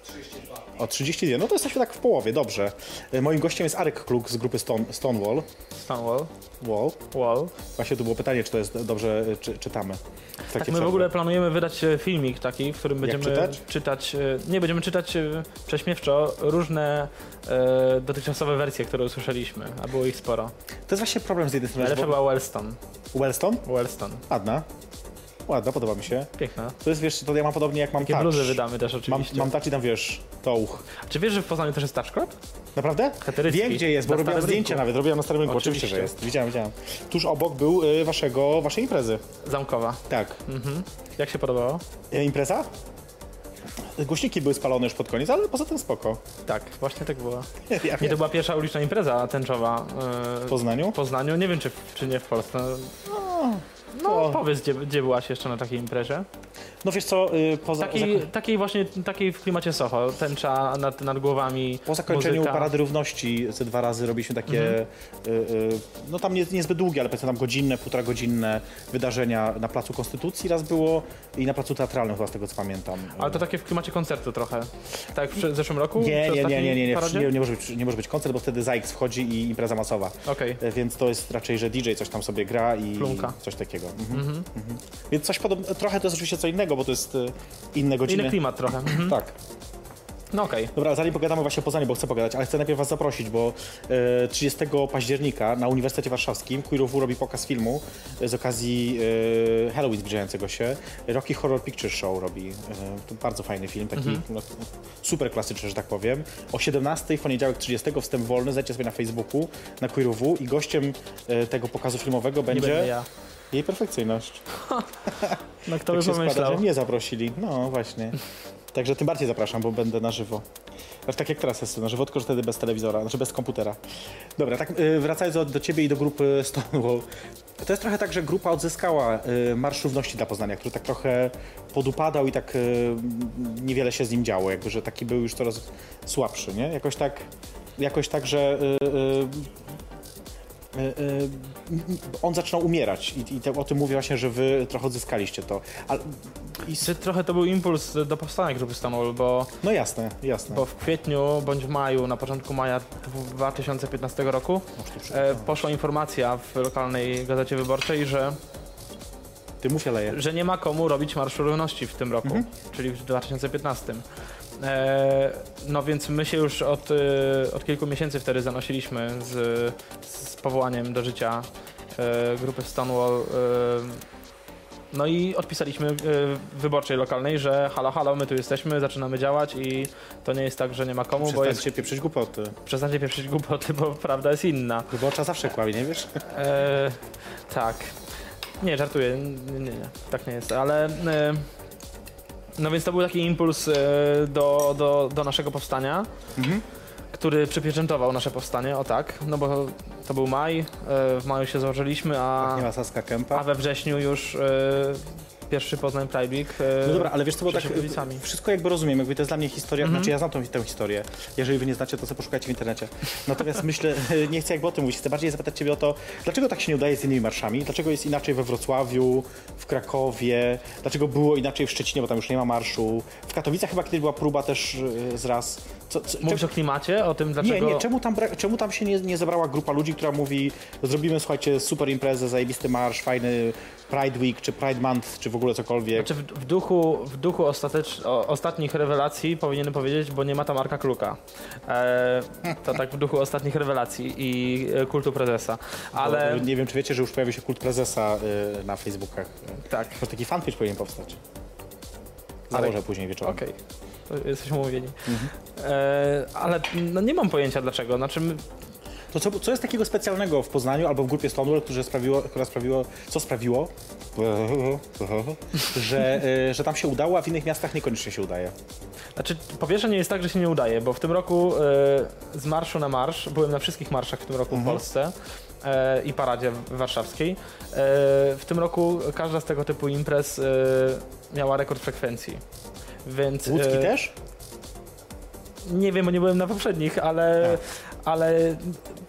[SPEAKER 3] 32. O, 32. No to jesteśmy tak w połowie, dobrze. E, Moim gościem jest Arek Kluk z grupy Stone, Stonewall.
[SPEAKER 4] Stonewall.
[SPEAKER 3] Wall.
[SPEAKER 4] Wow.
[SPEAKER 3] Właśnie tu było pytanie, czy to jest dobrze e, czy, czytamy. W takiej
[SPEAKER 4] Tak, my
[SPEAKER 3] przerwie.
[SPEAKER 4] w ogóle planujemy wydać e, filmik taki, w którym będziemy
[SPEAKER 3] czytać?
[SPEAKER 4] czytać, e, nie, będziemy czytać e, prześmiewczo różne e, dotychczasowe wersje, które usłyszeliśmy, a było ich sporo.
[SPEAKER 3] To jest właśnie problem z jednej strony.
[SPEAKER 4] Najlepsza
[SPEAKER 3] bo-
[SPEAKER 4] była Wellston.
[SPEAKER 3] Wellston?
[SPEAKER 4] Wellston.
[SPEAKER 3] Ładna. Ładna, podoba mi się.
[SPEAKER 4] Piękna.
[SPEAKER 3] To jest, wiesz, to ja mam podobnie jak mam
[SPEAKER 4] Takie
[SPEAKER 3] touch.
[SPEAKER 4] bluzy wydamy też
[SPEAKER 3] Mam,
[SPEAKER 4] oczywiście.
[SPEAKER 3] No tak. mam touch i tam, wiesz, to uch.
[SPEAKER 4] Czy wiesz, że w Poznaniu też jest Touch Club?
[SPEAKER 3] Naprawdę?
[SPEAKER 4] Heterycki.
[SPEAKER 3] Wiem gdzie jest, bo
[SPEAKER 4] Na
[SPEAKER 3] robiłam
[SPEAKER 4] Starym
[SPEAKER 3] zdjęcia
[SPEAKER 4] Rynku.
[SPEAKER 3] nawet, robiłam na Starym Rynku, oczywiście.
[SPEAKER 4] Oczywiście.
[SPEAKER 3] że jest. Widziałem, widziałem. Tuż obok był y, waszego, waszej imprezy.
[SPEAKER 4] Zamkowa.
[SPEAKER 3] Tak.
[SPEAKER 4] Jak się podobało?
[SPEAKER 3] Y, impreza? Głośniki były spalone już pod koniec, ale poza tym spoko.
[SPEAKER 4] Tak, właśnie tak było.
[SPEAKER 3] Ja
[SPEAKER 4] Nie, to
[SPEAKER 3] wiem.
[SPEAKER 4] była pierwsza uliczna impreza tęczowa e,
[SPEAKER 3] W Poznaniu?
[SPEAKER 4] w Poznaniu. Nie wiem, czy, czy nie w Polsce. No,
[SPEAKER 3] to-
[SPEAKER 4] powiedz, gdzie, gdzie byłaś jeszcze na takiej imprezie?
[SPEAKER 3] No wiesz co, y, po, za-
[SPEAKER 4] Takiej,
[SPEAKER 3] po, zako-
[SPEAKER 4] takiej właśnie, takiej w klimacie Soho, tęcza nad, nad głowami,
[SPEAKER 3] po zakończeniu
[SPEAKER 4] muzyka. Mhm.
[SPEAKER 3] Parady Równości ze dwa razy robiliśmy takie, y, y, no tam nie, niezbyt długie, ale powiedzmy tam godzinne, półtora godzinne wydarzenia na Placu Konstytucji raz było i na Placu Teatralnym chyba z tego co pamiętam.
[SPEAKER 4] Ale to takie w klimacie koncertu trochę. Tak jak w zeszłym roku?
[SPEAKER 3] Nie,
[SPEAKER 4] przy
[SPEAKER 3] nie, nie,
[SPEAKER 4] ostatniej
[SPEAKER 3] nie, nie, nie,
[SPEAKER 4] paradzie?
[SPEAKER 3] nie, nie, może być, nie może być koncert, bo wtedy Zajks wchodzi i impreza masowa.
[SPEAKER 4] Okej.
[SPEAKER 3] E, Więc to jest raczej, że DJ coś tam sobie gra i
[SPEAKER 4] Plunka.
[SPEAKER 3] coś takiego. Mhm. Mhm. Więc coś podobne, trochę to jest oczywiście co innego, bo to jest e, inne godziny.
[SPEAKER 4] Inny klimat trochę. Mhm.
[SPEAKER 3] Tak.
[SPEAKER 4] No okej.
[SPEAKER 3] Dobra, zanim pogadamy właśnie o Poznaniu, bo chcę pogadać, ale chcę najpierw was zaprosić, bo e, 30 października na Uniwersytecie Warszawskim Queerów robi pokaz filmu e, z okazji e, Halloween zbliżającego się. Rocky Horror Picture Show robi. E, to bardzo fajny film, taki
[SPEAKER 4] Mhm.
[SPEAKER 3] no, super klasyczny, że tak powiem. O 17 w poniedziałek 30 wstęp wolny, zejdźcie sobie na Facebooku, na Queerowu i gościem e, tego pokazu filmowego
[SPEAKER 4] Nie
[SPEAKER 3] będzie
[SPEAKER 4] będę ja.
[SPEAKER 3] jej perfekcyjność.
[SPEAKER 4] No kto
[SPEAKER 3] Tak się
[SPEAKER 4] by
[SPEAKER 3] składa,
[SPEAKER 4] pomyślał?
[SPEAKER 3] że mnie zaprosili. No właśnie. Także tym bardziej zapraszam, bo będę na żywo. Znaczy, tak jak teraz jestem na żywo, tylko że wtedy bez telewizora, znaczy bez komputera. Dobra, tak y, wracając do, do ciebie i do grupy Stonewall. To jest trochę tak, że grupa odzyskała y, Marsz Równości dla Poznania, który tak trochę podupadał i tak y, niewiele się z nim działo, jakby, że taki był już coraz słabszy, nie? Jakoś tak, jakoś tak że y, y, e, e, on zaczynał umierać i, i te, o tym mówię właśnie, że wy trochę odzyskaliście to. Ale, i, s-
[SPEAKER 4] Czy trochę to był impuls do powstania grupy Stamol, bo,
[SPEAKER 3] no jasne, jasne.
[SPEAKER 4] bo w kwietniu bądź w maju, na początku maja 2015 roku e, poszła informacja w lokalnej gazecie wyborczej, że,
[SPEAKER 3] Ty mów, ja leję.
[SPEAKER 4] że nie ma komu robić Marszu Równości w tym roku, czyli w 2015. E, no więc my się już od, e, od kilku miesięcy wtedy zanosiliśmy z, z powołaniem do życia e, grupy Stonewall. E, no i odpisaliśmy e, wyborczej lokalnej, że halo, halo, my tu jesteśmy, zaczynamy działać i to nie jest tak, że nie ma komu, bo jest,
[SPEAKER 3] Przestańcie pieprzyć głupoty.
[SPEAKER 4] przestańcie pieprzyć głupoty, bo prawda jest inna.
[SPEAKER 3] Wyborcza zawsze kłamie, nie wiesz?
[SPEAKER 4] E, tak. Nie, żartuję. Nie, nie, nie. Tak nie jest, ale. E, no więc to był taki impuls e, do, do, do naszego powstania,
[SPEAKER 3] Mhm.
[SPEAKER 4] który przypieczętował nasze powstanie, o tak. No bo to był maj, e, w maju się złożyliśmy, a,
[SPEAKER 3] Tak, Nie ma Saska Kępa.
[SPEAKER 4] a we wrześniu już e, pierwszy Poznań Pride Week. E,
[SPEAKER 3] No dobra, ale wiesz co, bo tak
[SPEAKER 4] przed ulicami.
[SPEAKER 3] wszystko jakby rozumiem, jakby to jest dla mnie historia,
[SPEAKER 4] Mhm.
[SPEAKER 3] znaczy ja znam tą, tę historię. Jeżeli wy nie znacie, to sobie poszukajcie w internecie. Natomiast myślę, nie chcę jakby o tym mówić, chcę bardziej zapytać ciebie o to, dlaczego tak się nie udaje z innymi marszami? Dlaczego jest inaczej we Wrocławiu, w Krakowie? Dlaczego było inaczej w Szczecinie, bo tam już nie ma marszu? W Katowicach chyba kiedyś była próba też e, z raz. Co, co,
[SPEAKER 4] Mówisz
[SPEAKER 3] czemu-
[SPEAKER 4] o klimacie, o tym dlaczego.
[SPEAKER 3] nie, nie, czemu tam, bra- czemu tam się nie, nie zebrała grupa ludzi, która mówi zrobimy, słuchajcie, super imprezę, zajebisty marsz, fajny Pride Week, czy Pride Month, czy w ogóle cokolwiek.
[SPEAKER 4] Znaczy w, w duchu, w duchu ostatecz, o, ostatnich rewelacji powinienem powiedzieć, bo nie ma tam Arka Kluka. E, to tak w duchu ostatnich rewelacji i e, kultu prezesa. Ale
[SPEAKER 3] Bo Nie wiem, czy wiecie, że już pojawił się kult prezesa y, na Facebookach.
[SPEAKER 4] tak,
[SPEAKER 3] Może taki fanpage powinien powstać. Założę później wieczorem.
[SPEAKER 4] okej. To Jesteśmy umówieni.
[SPEAKER 3] Mhm.
[SPEAKER 4] E, ale no, nie mam pojęcia dlaczego. Znaczy, m-
[SPEAKER 3] To co, co jest takiego specjalnego w Poznaniu albo w grupie Stonewall, które sprawiło, która sprawiło, co sprawiło, że, y, że tam się udało, a w innych miastach niekoniecznie się udaje.
[SPEAKER 4] Znaczy, po pierwsze nie jest tak, że się nie udaje, bo w tym roku e, z marszu na marsz, byłem na wszystkich marszach w tym roku
[SPEAKER 3] Mhm.
[SPEAKER 4] w Polsce e, i paradzie w- warszawskiej. E, w tym roku każda z tego typu imprez e, miała rekord frekwencji. Więc,
[SPEAKER 3] Łódzki
[SPEAKER 4] e,
[SPEAKER 3] też?
[SPEAKER 4] Nie wiem, bo nie byłem na poprzednich, ale,
[SPEAKER 3] Tak.
[SPEAKER 4] ale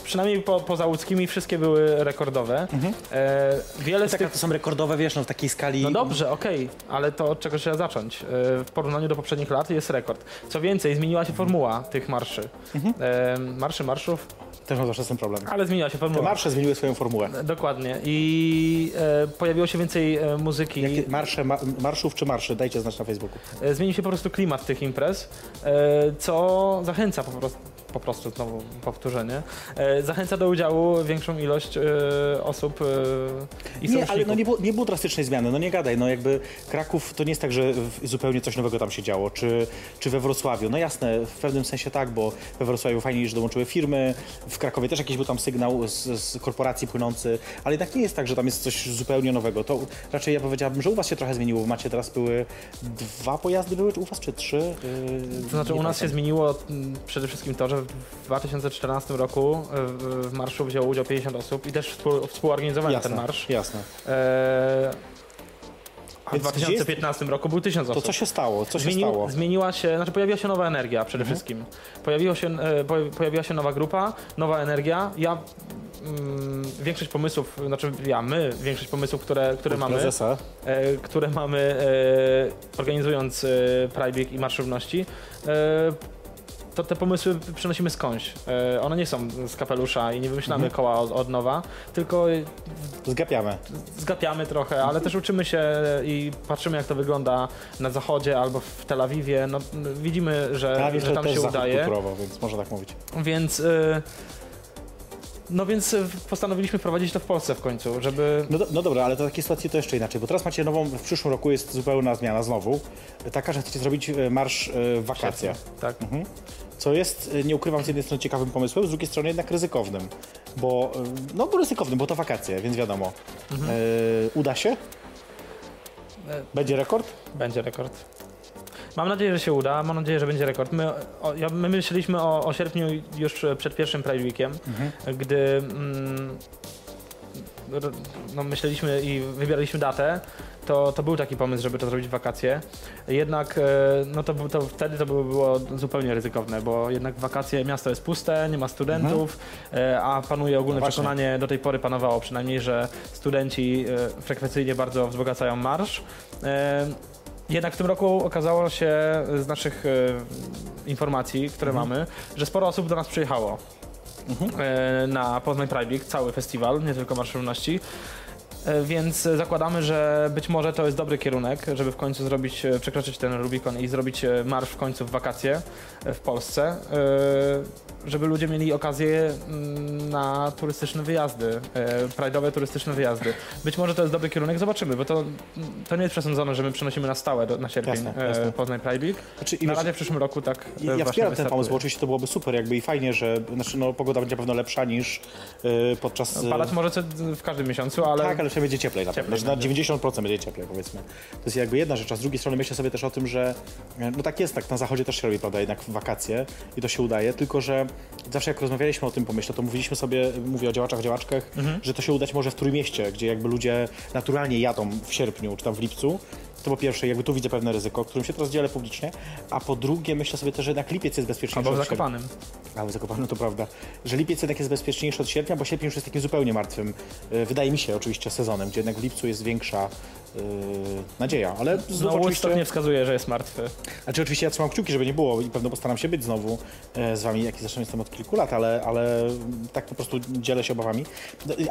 [SPEAKER 4] przynajmniej po, poza łódzkimi wszystkie były rekordowe.
[SPEAKER 3] Mhm.
[SPEAKER 4] E, wiele z
[SPEAKER 3] Tak,
[SPEAKER 4] tych...
[SPEAKER 3] to są rekordowe, wiesz, no w takiej skali.
[SPEAKER 4] No dobrze, okej, ale to od czego trzeba zacząć? E, W porównaniu do poprzednich lat jest rekord. Co więcej, zmieniła się formuła tych marszy.
[SPEAKER 3] Mhm.
[SPEAKER 4] E, Marszy, marszów,
[SPEAKER 3] Też mam zawsze z tym problem.
[SPEAKER 4] ale zmieniła się
[SPEAKER 3] Te
[SPEAKER 4] formuła.
[SPEAKER 3] marsze zmieniły swoją formułę.
[SPEAKER 4] Dokładnie. I e, pojawiło się więcej e, muzyki.
[SPEAKER 3] Jakie marsze, ma, marszów czy marszy? Dajcie znać na Facebooku.
[SPEAKER 4] E, Zmienił się po prostu klimat tych imprez, e, co zachęca po prostu, po prostu znowu powtórzenie, e, zachęca do udziału większą ilość e, osób e, i
[SPEAKER 3] Nie, ale no
[SPEAKER 4] sojuszników.
[SPEAKER 3] nie, było, nie było drastycznej zmiany, no nie gadaj, no jakby Kraków to nie jest tak, że w- zupełnie coś nowego tam się działo, czy, czy we Wrocławiu, no jasne, w pewnym sensie tak, bo we Wrocławiu fajnie, że dołączyły firmy, w Krakowie też jakiś był tam sygnał z, z korporacji płynący, ale jednak nie jest tak, że tam jest coś zupełnie nowego, to raczej ja powiedziałabym, że u was się trochę zmieniło, macie teraz były dwa pojazdy były, czy u was, czy trzy? Yy,
[SPEAKER 4] To znaczy
[SPEAKER 3] nie
[SPEAKER 4] u nas się
[SPEAKER 3] pamiętam.
[SPEAKER 4] zmieniło mm, przede wszystkim to, że w 2014 roku e, w- w marszu wzięło udział 50 osób i też współ- współorganizowałem
[SPEAKER 3] jasne,
[SPEAKER 4] ten marsz.
[SPEAKER 3] Jasne.
[SPEAKER 4] E, a w
[SPEAKER 3] Więc gdzie jest-
[SPEAKER 4] 2015 roku był 1000
[SPEAKER 3] To
[SPEAKER 4] osób.
[SPEAKER 3] co się stało? Co się
[SPEAKER 4] Zmienił-
[SPEAKER 3] stało? Mhm.
[SPEAKER 4] Zmieniła się, znaczy pojawiła się nowa energia przede wszystkim. Pojawiło się, e, po, pojawiła się nowa grupa, nowa energia. Ja mm, większość pomysłów, znaczy ja, my, większość pomysłów, które, które mamy,
[SPEAKER 3] Prezesa.
[SPEAKER 4] e, które mamy e, organizując e, Pride Week i Marsz Równości, e, to te pomysły przynosimy skądś. E, one nie są z kapelusza i nie wymyślamy
[SPEAKER 3] Mhm.
[SPEAKER 4] koła od, od nowa, tylko
[SPEAKER 3] Zgapiamy.
[SPEAKER 4] E, zgapiamy trochę, ale też uczymy się i patrzymy, jak to wygląda na zachodzie albo w Tel Awiwie. No, m, widzimy, że,
[SPEAKER 3] Prawie
[SPEAKER 4] że
[SPEAKER 3] to
[SPEAKER 4] tam
[SPEAKER 3] też
[SPEAKER 4] się
[SPEAKER 3] zachód
[SPEAKER 4] udaje.
[SPEAKER 3] kulturowo, więc można tak mówić.
[SPEAKER 4] Więc. Y, no więc y, postanowiliśmy wprowadzić to w Polsce w końcu, żeby.
[SPEAKER 3] No, do, no dobra, ale to takie sytuacje to jeszcze inaczej, bo teraz macie nową, w przyszłym roku jest zupełna zmiana znowu, taka, że chcecie zrobić e, marsz e, wakacja,
[SPEAKER 4] Tak.
[SPEAKER 3] co jest, e, nie ukrywam, z jednej strony ciekawym pomysłem, z drugiej strony jednak ryzykownym, bo, e, no bo ryzykownym, bo to wakacje, więc wiadomo.
[SPEAKER 4] Mhm.
[SPEAKER 3] E, uda się?
[SPEAKER 4] E,
[SPEAKER 3] Będzie rekord?
[SPEAKER 4] Będzie rekord. Mam nadzieję, że się uda, mam nadzieję, że będzie rekord. My, o, ja, my myśleliśmy o, o sierpniu już przed pierwszym Pride Weekiem, gdy mm, r- no, myśleliśmy i wybieraliśmy datę, to, to był taki pomysł, żeby to zrobić w wakacje. Jednak e, no to, był- to wtedy to było, było zupełnie ryzykowne, bo jednak w wakacje miasto jest puste, nie ma studentów, e, a panuje ogólne
[SPEAKER 3] No właśnie.
[SPEAKER 4] przekonanie, do tej pory panowało przynajmniej, że studenci e, frekwencyjnie bardzo wzbogacają marsz. E, Jednak w tym roku okazało się z naszych e, informacji, które
[SPEAKER 3] Mhm.
[SPEAKER 4] mamy, że sporo osób do nas przyjechało e, na Poznań Pride Week, cały festiwal, nie tylko Marsz Równości. E, Więc e, zakładamy, że być może to jest dobry kierunek, żeby w końcu zrobić, e, przekroczyć ten Rubikon i zrobić e, marsz w końcu w wakacje e, w Polsce, e, żeby ludzie mieli okazję mm, na turystyczne wyjazdy, e, prajdowe turystyczne wyjazdy. Być może to jest dobry kierunek, zobaczymy, bo to, to nie jest przesądzone, że my przenosimy na stałe do, na sierpień
[SPEAKER 3] Jasne, jasne.
[SPEAKER 4] e, Poznań Pride Week.
[SPEAKER 3] Znaczy, i
[SPEAKER 4] na
[SPEAKER 3] wiesz-
[SPEAKER 4] razie w przyszłym roku tak
[SPEAKER 3] Ja,
[SPEAKER 4] e,
[SPEAKER 3] ja
[SPEAKER 4] właśnie
[SPEAKER 3] wspieram ten
[SPEAKER 4] wystartuje.
[SPEAKER 3] pomysł, bo oczywiście to byłoby super jakby i fajnie, że znaczy, no, pogoda będzie na pewno lepsza niż y, podczas... y,
[SPEAKER 4] Padać może co- w każdym miesiącu, ale...
[SPEAKER 3] Tak, ale się będzie cieplej na pewno.
[SPEAKER 4] Cieplej tak.
[SPEAKER 3] Znaczy, na 90% będzie cieplej, powiedzmy. To jest jakby jedna rzecz, a z drugiej strony myślę sobie też o tym, że e, no tak jest, tak na zachodzie też się robi, prawda, jednak w wakacje i to się udaje, tylko że zawsze jak rozmawialiśmy o tym pomyśle, to mówiliśmy sobie, mówię o działaczach, działaczkach,
[SPEAKER 4] Mhm.
[SPEAKER 3] że to się udać może w Trójmieście, gdzie jakby ludzie naturalnie jadą w sierpniu czy tam w lipcu, to po pierwsze, jakby tu widzę pewne ryzyko, którym się teraz dzielę publicznie, a po drugie myślę sobie też, że jednak lipiec jest bezpieczniejszy.
[SPEAKER 4] Albo w
[SPEAKER 3] od sierpnia.
[SPEAKER 4] Zakopanem.
[SPEAKER 3] A w Zakopane to prawda. Że lipiec jednak jest bezpieczniejszy od sierpnia, bo sierpień już jest takim zupełnie martwym, y, wydaje mi się oczywiście, sezonem, gdzie jednak w lipcu jest większa y, nadzieja. Ale
[SPEAKER 4] No
[SPEAKER 3] znów
[SPEAKER 4] Woodstock
[SPEAKER 3] oczywiście,
[SPEAKER 4] nie wskazuje, że jest martwy.
[SPEAKER 3] znaczy, oczywiście ja trzymam kciuki, żeby nie było i pewno postaram się być znowu e, z wami, jaki zresztą jestem od kilku lat, ale, ale tak po prostu dzielę się obawami.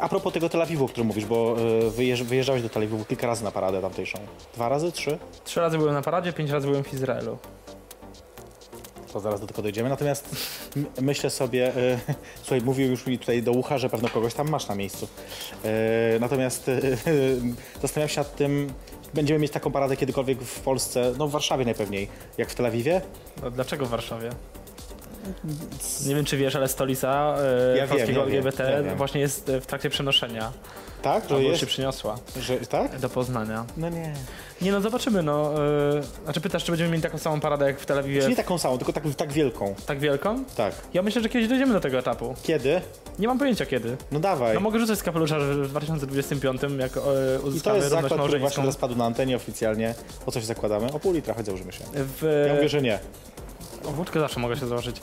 [SPEAKER 3] A propos tego Tel Awiwu, o którym mówisz, bo y, wyjeżdż, wyjeżdżałeś do Tel Awiwu kilka razy na paradę tamtejszą. Dwa razy, trzy?
[SPEAKER 4] Trzy razy byłem na paradzie, pięć razy byłem w Izraelu.
[SPEAKER 3] To zaraz do tego dojdziemy. Natomiast m- myślę sobie, e, słuchaj, mówił już mi tutaj do ucha, że pewno kogoś tam masz na miejscu. E, natomiast e, e, zastanawiam się nad tym, będziemy mieć taką paradę kiedykolwiek w Polsce, no w Warszawie najpewniej, jak w Tel Awiwie.
[SPEAKER 4] No, dlaczego w Warszawie? Nie wiem, czy wiesz, ale stolica e,
[SPEAKER 3] Ja wiem,
[SPEAKER 4] polskiego
[SPEAKER 3] ja wiem,
[SPEAKER 4] LGBT
[SPEAKER 3] ja wiem.
[SPEAKER 4] właśnie jest e, w trakcie przenoszenia.
[SPEAKER 3] Tak? Że
[SPEAKER 4] Albo
[SPEAKER 3] jest,
[SPEAKER 4] się przyniosła
[SPEAKER 3] że, tak?
[SPEAKER 4] do Poznania.
[SPEAKER 3] No nie.
[SPEAKER 4] Nie no, zobaczymy, no. E, znaczy pytasz, czy będziemy mieli taką samą paradę jak w Tel Awiwie,
[SPEAKER 3] Czyli nie taką samą, tylko tak, tak wielką.
[SPEAKER 4] tak wielką?
[SPEAKER 3] Tak.
[SPEAKER 4] Ja myślę, że kiedyś dojdziemy do tego etapu.
[SPEAKER 3] Kiedy?
[SPEAKER 4] Nie mam pojęcia kiedy.
[SPEAKER 3] No dawaj.
[SPEAKER 4] No mogę rzucać z kapelusza, że w 2025, jak
[SPEAKER 3] I
[SPEAKER 4] e,
[SPEAKER 3] to
[SPEAKER 4] uzyskamy
[SPEAKER 3] jest
[SPEAKER 4] równość
[SPEAKER 3] zakład, który właśnie
[SPEAKER 4] małżeńską.
[SPEAKER 3] teraz padł na antenie oficjalnie. O co się zakładamy? O pół litra, choć założymy się.
[SPEAKER 4] W,
[SPEAKER 3] Ja mówię, że nie.
[SPEAKER 4] O wódkę zawsze mogę się założyć. E,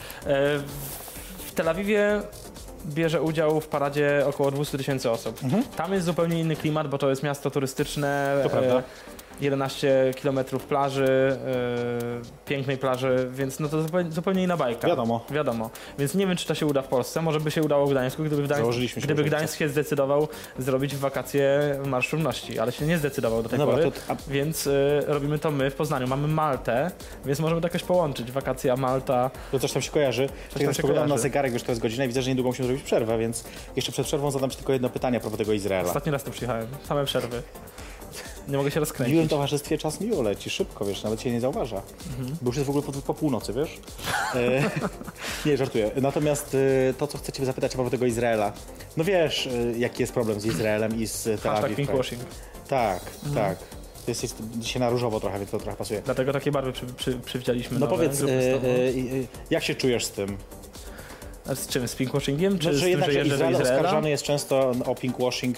[SPEAKER 4] W Tel Awiwie bierze udział w paradzie około 200 tysięcy osób. Tam jest zupełnie inny klimat, bo to jest miasto turystyczne.
[SPEAKER 3] Mhm. To prawda.
[SPEAKER 4] 11 km plaży, e, pięknej plaży, więc no to zupełnie, zupełnie inna bajka.
[SPEAKER 3] Wiadomo.
[SPEAKER 4] Wiadomo. Więc nie wiem, czy to się uda w Polsce. Może by się udało w Gdańsku, gdyby, Gdańsk,
[SPEAKER 3] Założyliśmy się,
[SPEAKER 4] gdyby
[SPEAKER 3] że
[SPEAKER 4] Gdańsk się zdecydował zrobić w wakacje Marsz Równości, ale się nie zdecydował do tej
[SPEAKER 3] No Dobra,
[SPEAKER 4] pory.
[SPEAKER 3] to- a-
[SPEAKER 4] Więc y, robimy to my w Poznaniu. Mamy Maltę, więc możemy to jakoś połączyć. Wakacja, Malta.
[SPEAKER 3] To No coś tam się kojarzy. Coś
[SPEAKER 4] tam
[SPEAKER 3] teraz
[SPEAKER 4] się
[SPEAKER 3] spoglądam na
[SPEAKER 4] kojarzy.
[SPEAKER 3] zegarek, już to jest godzina i widzę, że niedługo musimy zrobić przerwę, więc jeszcze przed przerwą zadam Ci tylko jedno pytanie a propos tego Izraela.
[SPEAKER 4] Ostatni raz tu przyjechałem. Same przerwy. Nie mogę się
[SPEAKER 3] W miłym
[SPEAKER 4] rozkręcić.
[SPEAKER 3] towarzystwie czas miło leci, szybko, wiesz, nawet się nie zauważa.
[SPEAKER 4] Mhm.
[SPEAKER 3] Bo już jest w ogóle po, po północy, wiesz? E, nie, żartuję. Natomiast e, to, co chcę Cię zapytać a propos tego Izraela. No wiesz, e, jaki jest problem z Izraelem i z Tel
[SPEAKER 4] Hashtag Mhm.
[SPEAKER 3] Awiw. tak?
[SPEAKER 4] pinkwashing.
[SPEAKER 3] Tak, tak. To jest, jest dzisiaj na różowo trochę, więc to trochę pasuje.
[SPEAKER 4] Dlatego takie barwy przy, przy, przywdzieliśmy.
[SPEAKER 3] No
[SPEAKER 4] nowe,
[SPEAKER 3] powiedz, e,
[SPEAKER 4] grupy
[SPEAKER 3] e,
[SPEAKER 4] stopą.
[SPEAKER 3] e, jak się czujesz z tym?
[SPEAKER 4] A z czym? Z pinkwashingiem? Czy
[SPEAKER 3] No,
[SPEAKER 4] z
[SPEAKER 3] że
[SPEAKER 4] tym,
[SPEAKER 3] jednak
[SPEAKER 4] że
[SPEAKER 3] że
[SPEAKER 4] jeżdżę do
[SPEAKER 3] Izrael
[SPEAKER 4] Izraela?
[SPEAKER 3] oskarżany jest często o pinkwashing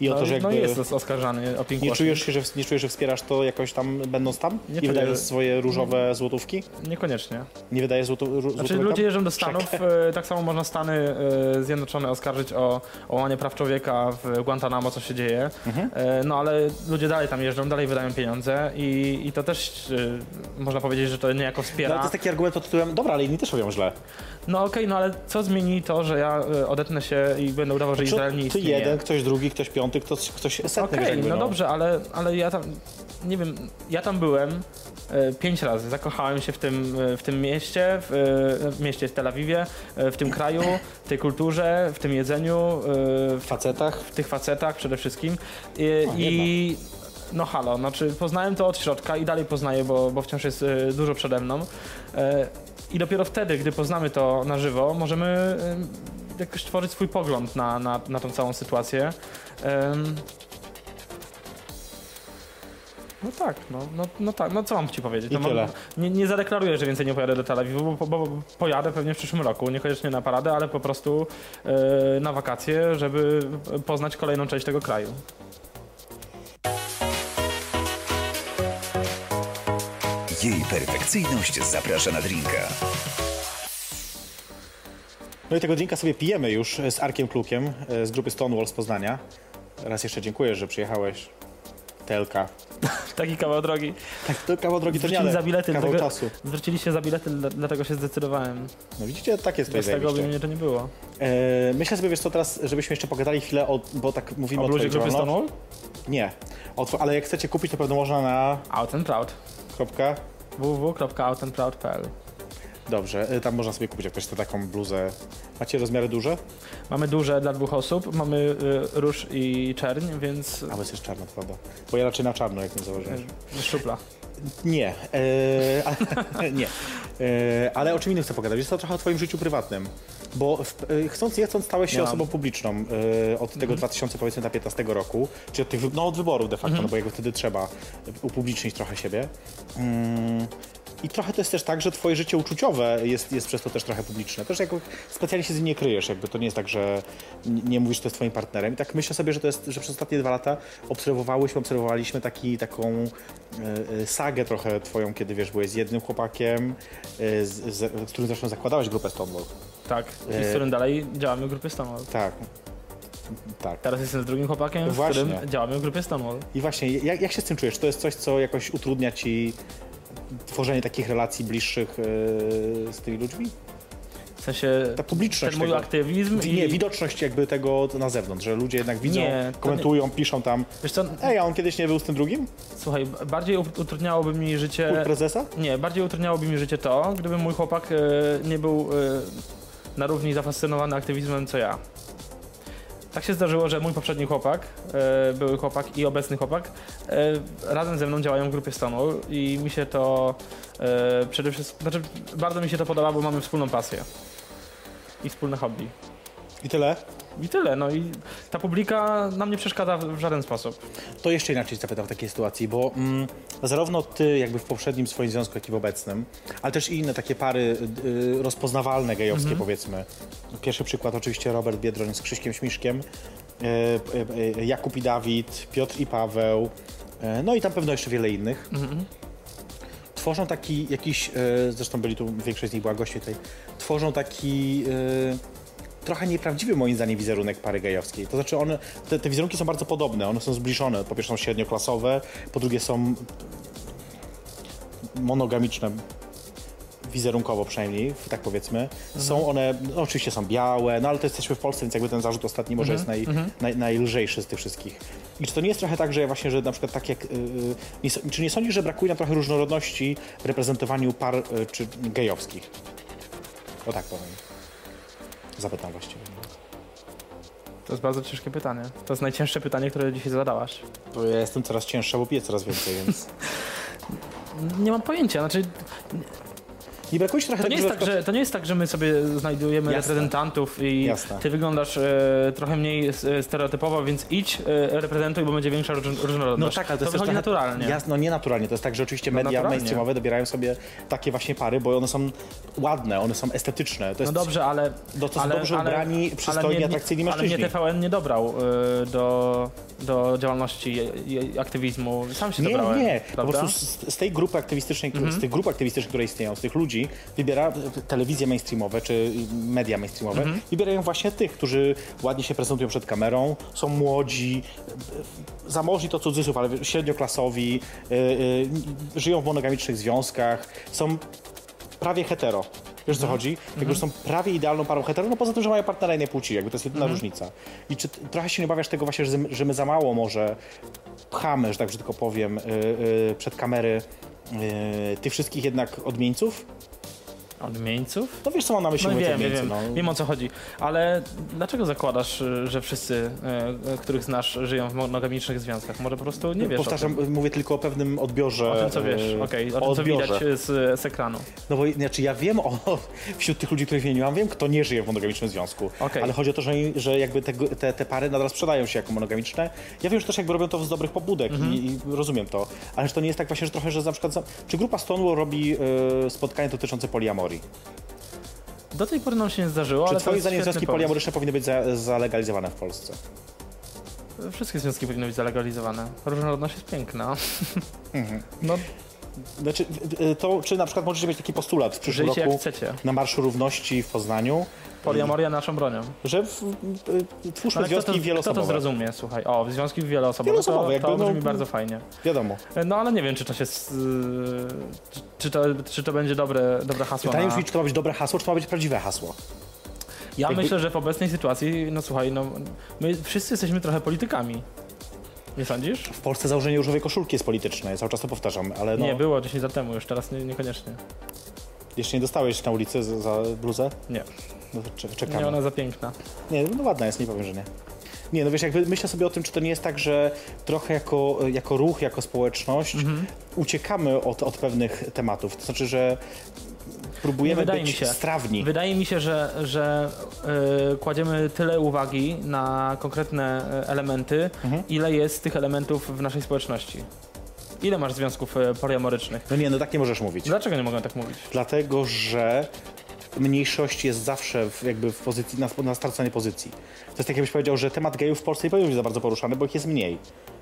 [SPEAKER 3] i o
[SPEAKER 4] no,
[SPEAKER 3] to, że jakby...
[SPEAKER 4] no jest oskarżany o pinkwashing.
[SPEAKER 3] Nie czujesz, się, że, nie czujesz, że wspierasz to jakoś tam, będąc tam?
[SPEAKER 4] Nie
[SPEAKER 3] Nie I
[SPEAKER 4] czuję,
[SPEAKER 3] wydajesz
[SPEAKER 4] że-
[SPEAKER 3] swoje różowe złotówki?
[SPEAKER 4] Niekoniecznie.
[SPEAKER 3] Nie wydajesz złotu, ró-
[SPEAKER 4] Znaczy
[SPEAKER 3] złotówek
[SPEAKER 4] ludzie
[SPEAKER 3] tam?
[SPEAKER 4] jeżdżą do Stanów, e, tak samo można Stany e, Zjednoczone oskarżyć o o łamanie praw człowieka w Guantanamo, co się dzieje.
[SPEAKER 3] Mhm.
[SPEAKER 4] E, No ale ludzie dalej tam jeżdżą, dalej wydają pieniądze i, i to też e, można powiedzieć, że to niejako
[SPEAKER 3] No, ale to
[SPEAKER 4] wspiera.
[SPEAKER 3] jest tak- taki argument pod tytułem, dobra, ale inni też robią źle.
[SPEAKER 4] No okej, no ale co zmieni to, że ja e, odetnę się i będę udawał, że
[SPEAKER 3] Czy
[SPEAKER 4] Izrael nie
[SPEAKER 3] ty
[SPEAKER 4] istnieje?
[SPEAKER 3] jeden, ktoś drugi, ktoś piąty, ktoś, ktoś setny.
[SPEAKER 4] Okej,
[SPEAKER 3] wiesz, jakby,
[SPEAKER 4] no dobrze, ale, ale ja tam, nie wiem, ja tam byłem e, pięć razy, zakochałem się w tym, e, w tym mieście, w, e, w mieście w Tel Awiwie, e, w tym kraju, w tej kulturze, w tym jedzeniu, e,
[SPEAKER 3] W
[SPEAKER 4] w,
[SPEAKER 3] facetach.
[SPEAKER 4] w tych facetach przede wszystkim E,
[SPEAKER 3] O,
[SPEAKER 4] i no halo, znaczy poznałem to od środka i dalej poznaję, bo, bo wciąż jest e, dużo przede mną E, i dopiero wtedy, gdy poznamy to na żywo, możemy e, jakoś tworzyć swój pogląd na, na, na tą całą sytuację. Em, No tak, no, no, no tak, no co mam ci powiedzieć? No, mam-
[SPEAKER 3] tyle.
[SPEAKER 4] Nie, nie zadeklaruję, że więcej nie pojadę do Tel Awiwu, bo, bo, bo pojadę pewnie w przyszłym roku, niekoniecznie na paradę, ale po prostu e, na wakacje, żeby poznać kolejną część tego kraju.
[SPEAKER 5] Jej perfekcyjność zaprasza na drinka.
[SPEAKER 3] No i tego drinka sobie pijemy już z Arkiem Klukiem e, z grupy Stonewall z Poznania. Raz jeszcze dziękuję, że przyjechałeś. Telka.
[SPEAKER 4] Taki kawał drogi.
[SPEAKER 3] Tak, to kawał drogi to nie,
[SPEAKER 4] Zwrócili
[SPEAKER 3] ale
[SPEAKER 4] za bilety,
[SPEAKER 3] kawał
[SPEAKER 4] dlatego,
[SPEAKER 3] czasu.
[SPEAKER 4] zwrócili się za bilety, dla- dlatego się zdecydowałem.
[SPEAKER 3] No widzicie, tak jest tutaj
[SPEAKER 4] Bez tego by
[SPEAKER 3] zajebiście.
[SPEAKER 4] mnie to nie było.
[SPEAKER 3] E, myślę sobie, wiesz co, teraz, żebyśmy jeszcze pogadali chwilę, o, bo tak mówimy
[SPEAKER 4] O
[SPEAKER 3] o,
[SPEAKER 4] bluzie
[SPEAKER 3] twojej
[SPEAKER 4] grupy
[SPEAKER 3] działalności.
[SPEAKER 4] Stonewall?
[SPEAKER 3] Nie. O two- ale jak chcecie kupić, to pewno można na...
[SPEAKER 4] Out and Proud.
[SPEAKER 3] Kropka.
[SPEAKER 4] www.outandproud.pl
[SPEAKER 3] Dobrze, e, tam można sobie kupić jak ktoś chce taką bluzę. Macie rozmiary duże?
[SPEAKER 4] Mamy duże dla dwóch osób, mamy y, róż i czerń, więc
[SPEAKER 3] A, bo jest czarna, to prawda. Bo ja raczej na czarno, jak nie zauważyłeś.
[SPEAKER 4] y, szupla.
[SPEAKER 3] Nie, e, ale, nie. E, ale o czym innym chcę pogadać. Jest to trochę o twoim życiu prywatnym. Bo w, e, chcąc nie chcąc stałeś się
[SPEAKER 4] Miałam.
[SPEAKER 3] osobą publiczną e, od tego 2015 roku, czy od tych wy- no, od wyborów de facto, no bo jakby wtedy trzeba upublicznić trochę siebie. Mm, I trochę to jest też tak, że twoje życie uczuciowe jest, jest przez to też trochę publiczne. Też jakby specjalnie się z nim nie kryjesz, jakby to nie jest tak, że n- nie mówisz to z twoim partnerem. I tak myślę sobie, że to jest, że przez ostatnie dwa lata obserwowałyśmy, obserwowaliśmy taki, taką e, e, sagę trochę twoją, kiedy wiesz, byłeś z jednym chłopakiem, e, z, z, z którym zresztą zakładałeś grupę Stonewall.
[SPEAKER 4] Tak, i z
[SPEAKER 3] E,
[SPEAKER 4] którym dalej działamy w grupie Stonewall.
[SPEAKER 3] Tak. Tak.
[SPEAKER 4] Teraz jestem z drugim chłopakiem, z
[SPEAKER 3] Właśnie.
[SPEAKER 4] którym działamy w grupie Stonewall.
[SPEAKER 3] I właśnie, jak, jak się z tym czujesz? To jest coś, co jakoś utrudnia ci tworzenie takich relacji bliższych e, z tymi ludźmi?
[SPEAKER 4] W sensie
[SPEAKER 3] Ta publiczność
[SPEAKER 4] ten mój
[SPEAKER 3] tego.
[SPEAKER 4] aktywizm i...
[SPEAKER 3] Tak, Nie, widoczność jakby tego na zewnątrz, że ludzie jednak widzą,
[SPEAKER 4] Nie, to
[SPEAKER 3] komentują, piszą tam
[SPEAKER 4] Wiesz co,
[SPEAKER 3] Ej, a on kiedyś nie był z tym drugim?
[SPEAKER 4] słuchaj, bardziej ut- utrudniałoby mi
[SPEAKER 3] Kult
[SPEAKER 4] życie...
[SPEAKER 3] prezesa?
[SPEAKER 4] Nie, bardziej utrudniałoby mi życie to, gdyby mój chłopak e, nie był e, na równi zafascynowany aktywizmem co ja. Tak się zdarzyło, że mój poprzedni chłopak, e, były chłopak i obecny chłopak, e, razem ze mną działają w grupie Stonewall i mi się to e, przede wszystkim, znaczy bardzo mi się to podoba, bo mamy wspólną pasję i wspólne hobby.
[SPEAKER 3] I tyle.
[SPEAKER 4] I tyle, no i ta publika nam nie przeszkadza w- w żaden sposób.
[SPEAKER 3] To jeszcze inaczej zapytam w takiej sytuacji, bo mm, zarówno ty jakby w poprzednim swoim związku, jak i w obecnym, ale też i inne takie pary y, rozpoznawalne gejowskie powiedzmy. No, Pierwszy przykład oczywiście Robert Biedroń z Krzyśkiem Śmiszkiem, y, y, y, Jakub i Dawid, Piotr i Paweł, y, no i tam pewno jeszcze wiele innych. Tworzą taki jakiś, y, zresztą byli tu, większość z nich była gości tutaj, tworzą taki... y, trochę nieprawdziwy moim zdaniem wizerunek pary gejowskiej. To znaczy one, te, te wizerunki są bardzo podobne, one są zbliżone. Po pierwsze są średnioklasowe, po drugie są monogamiczne wizerunkowo przynajmniej, w- tak powiedzmy. Są one, no, oczywiście są białe, no ale to jesteśmy w Polsce, więc jakby ten zarzut ostatni może jest naj, naj, najlżejszy z tych wszystkich. I czy to nie jest trochę tak, że właśnie, że na przykład tak jak, yy, nie, so- czy nie sądzisz, że brakuje nam trochę różnorodności w reprezentowaniu par yy, czy gejowskich? O tak powiem. Zapytam właściwie.
[SPEAKER 4] To jest bardzo ciężkie pytanie. To jest najcięższe pytanie, które dzisiaj zadałaś.
[SPEAKER 3] Bo ja jestem coraz cięższa, bo piję coraz więcej, więc...
[SPEAKER 4] Nie mam pojęcia, znaczy
[SPEAKER 3] Nie brakuje ci trochę
[SPEAKER 4] To nie, jest tak, że, to nie jest tak, że my sobie znajdujemy
[SPEAKER 3] Jasne.
[SPEAKER 4] reprezentantów i
[SPEAKER 3] Jasne.
[SPEAKER 4] ty wyglądasz e, trochę mniej s- e, stereotypowo, więc idź, e, reprezentuj, bo będzie większa różn-
[SPEAKER 3] No
[SPEAKER 4] różnorodność.
[SPEAKER 3] tak, ale to,
[SPEAKER 4] to
[SPEAKER 3] jest też
[SPEAKER 4] wychodzi
[SPEAKER 3] trochę-
[SPEAKER 4] naturalnie.
[SPEAKER 3] Jas, no nie naturalnie, to jest tak, że oczywiście media
[SPEAKER 4] naturalnie.
[SPEAKER 3] mainstreamowe dobierają sobie takie właśnie pary, bo one są ładne, one są estetyczne. To
[SPEAKER 4] No
[SPEAKER 3] jest
[SPEAKER 4] dobrze, ale...
[SPEAKER 3] No to są
[SPEAKER 4] ale,
[SPEAKER 3] dobrze ubrani, przystojni,
[SPEAKER 4] mnie-
[SPEAKER 3] atrakcyjni
[SPEAKER 4] Ale
[SPEAKER 3] mężczyźni.
[SPEAKER 4] mnie TVN nie dobrał e, do, do działalności i, i aktywizmu. Sam się
[SPEAKER 3] Nie,
[SPEAKER 4] dobrałem.
[SPEAKER 3] nie. Po
[SPEAKER 4] prawda? Mhm.
[SPEAKER 3] prostu z, z tej grupy aktywistycznej, z tych grup aktywistycznych, które istnieją, z tych ludzi, wybiera e, telewizje mainstreamowe czy e, media mainstreamowe,
[SPEAKER 4] Mhm.
[SPEAKER 3] wybierają właśnie tych, którzy ładnie się prezentują przed kamerą, są młodzi, e, zamożni to cudzysłów, ale średnioklasowi, e, e, żyją w monogamicznych związkach, są prawie hetero. Wiesz o
[SPEAKER 4] Mhm.
[SPEAKER 3] co chodzi? Jakby że są prawie idealną parą hetero, no poza tym, że mają partnera innej płci, jakby to jest
[SPEAKER 4] Mhm.
[SPEAKER 3] jedyna różnica. I czy t- trochę się nie obawiasz tego właśnie, że, że my za mało może pchamy, że tak brzydko powiem, y, y, przed kamery y, tych wszystkich jednak odmieńców?
[SPEAKER 4] Odmieńców?
[SPEAKER 3] No wiesz, co mam na myśli
[SPEAKER 4] No
[SPEAKER 3] mówiąc
[SPEAKER 4] wiem,
[SPEAKER 3] o
[SPEAKER 4] wiem,
[SPEAKER 3] mięcu,
[SPEAKER 4] wiem. Wiem o co chodzi. Ale dlaczego zakładasz, y, że wszyscy, y, y, których znasz, żyją w monogamicznych związkach? Może po prostu nie wiesz o
[SPEAKER 3] No, Powtarzam,
[SPEAKER 4] tym.
[SPEAKER 3] mówię tylko o pewnym odbiorze.
[SPEAKER 4] O tym, co wiesz,
[SPEAKER 3] e,
[SPEAKER 4] okej,
[SPEAKER 3] o
[SPEAKER 4] o tym, co
[SPEAKER 3] odbiorze.
[SPEAKER 4] widać y, z, z ekranu.
[SPEAKER 3] No bo znaczy ja wiem o, wśród tych ludzi, których wymieniłam, wiem, kto nie żyje w monogamicznym związku.
[SPEAKER 4] Okej.
[SPEAKER 3] Ale chodzi o to, że, że jakby te, te, te pary nadal sprzedają się jako monogamiczne. Ja wiem, że też jakby robią to z dobrych pobudek
[SPEAKER 4] Mhm.
[SPEAKER 3] i, i rozumiem to. Ale że to nie jest tak właśnie, że trochę, że na przykład... za- Czy grupa Stonewall robi e, spotkanie dotyczące poliamorii?
[SPEAKER 4] Do tej pory nam się nie zdarzyło,
[SPEAKER 3] Czy
[SPEAKER 4] ale to
[SPEAKER 3] twoim
[SPEAKER 4] jest
[SPEAKER 3] zdaniem
[SPEAKER 4] świetny
[SPEAKER 3] związki
[SPEAKER 4] pomysł.
[SPEAKER 3] poliamoryczne powinny być za, zalegalizowane w Polsce?
[SPEAKER 4] Wszystkie związki powinny być zalegalizowane. Różnorodność jest piękna.
[SPEAKER 3] Mhm.
[SPEAKER 4] No,
[SPEAKER 3] Znaczy, e, to, czy na przykład możecie mieć taki postulat w przyszłym
[SPEAKER 4] Żyjcie jak
[SPEAKER 3] roku
[SPEAKER 4] chcecie.
[SPEAKER 3] na Marszu Równości w Poznaniu,
[SPEAKER 4] poliamoria naszą bronią. No,
[SPEAKER 3] że w, e, twórzmy
[SPEAKER 4] Ale kto
[SPEAKER 3] związki
[SPEAKER 4] to, kto to
[SPEAKER 3] wieloosobowe.
[SPEAKER 4] zrozumie, słuchaj. O, związki wieloosobowe,
[SPEAKER 3] Wieloosobowe,
[SPEAKER 4] to,
[SPEAKER 3] jakby,
[SPEAKER 4] to
[SPEAKER 3] no-
[SPEAKER 4] brzmi bardzo fajnie.
[SPEAKER 3] Wiadomo.
[SPEAKER 4] No ale nie wiem, czy to się... s- y, Czy, czy, to, czy to będzie dobre, dobre hasło
[SPEAKER 3] Pytanie
[SPEAKER 4] na...
[SPEAKER 3] już, czy to ma być dobre hasło, czy to ma być prawdziwe hasło.
[SPEAKER 4] Ja
[SPEAKER 3] jakby-
[SPEAKER 4] myślę, że w obecnej sytuacji, no słuchaj, no my wszyscy jesteśmy trochę politykami. Nie sądzisz?
[SPEAKER 3] W Polsce założenie różowej koszulki jest polityczne, ja cały czas to powtarzam, ale no,
[SPEAKER 4] Nie, było 10 lat temu już, teraz nie, niekoniecznie.
[SPEAKER 3] jeszcze nie dostałeś na ulicy za, za bluzę?
[SPEAKER 4] Nie,
[SPEAKER 3] No, to cze- czekamy.
[SPEAKER 4] nie ona za piękna.
[SPEAKER 3] Nie, no ładna jest, nie powiem, że nie. Nie, no wiesz, jakby myślę sobie o tym, czy to nie jest tak, że trochę jako, jako ruch, jako społeczność
[SPEAKER 4] Mhm.
[SPEAKER 3] uciekamy od, od pewnych tematów. To znaczy, że
[SPEAKER 4] Nie,
[SPEAKER 3] próbujemy
[SPEAKER 4] wydaje mi
[SPEAKER 3] być
[SPEAKER 4] się.
[SPEAKER 3] strawni.
[SPEAKER 4] Wydaje mi się, że, że y, kładziemy tyle uwagi na konkretne y, elementy,
[SPEAKER 3] Mhm.
[SPEAKER 4] ile jest tych elementów w naszej społeczności. Ile masz związków y, poliamorycznych?
[SPEAKER 3] No nie, no tak nie możesz mówić.
[SPEAKER 4] Dlaczego nie mogę tak mówić?
[SPEAKER 3] Dlatego, że mniejszość jest zawsze w, jakby w pozycji, na, na straconej pozycji. To jest tak, jakbyś powiedział, że temat gejów w Polsce nie powinien być za bardzo poruszany, bo ich jest mniej.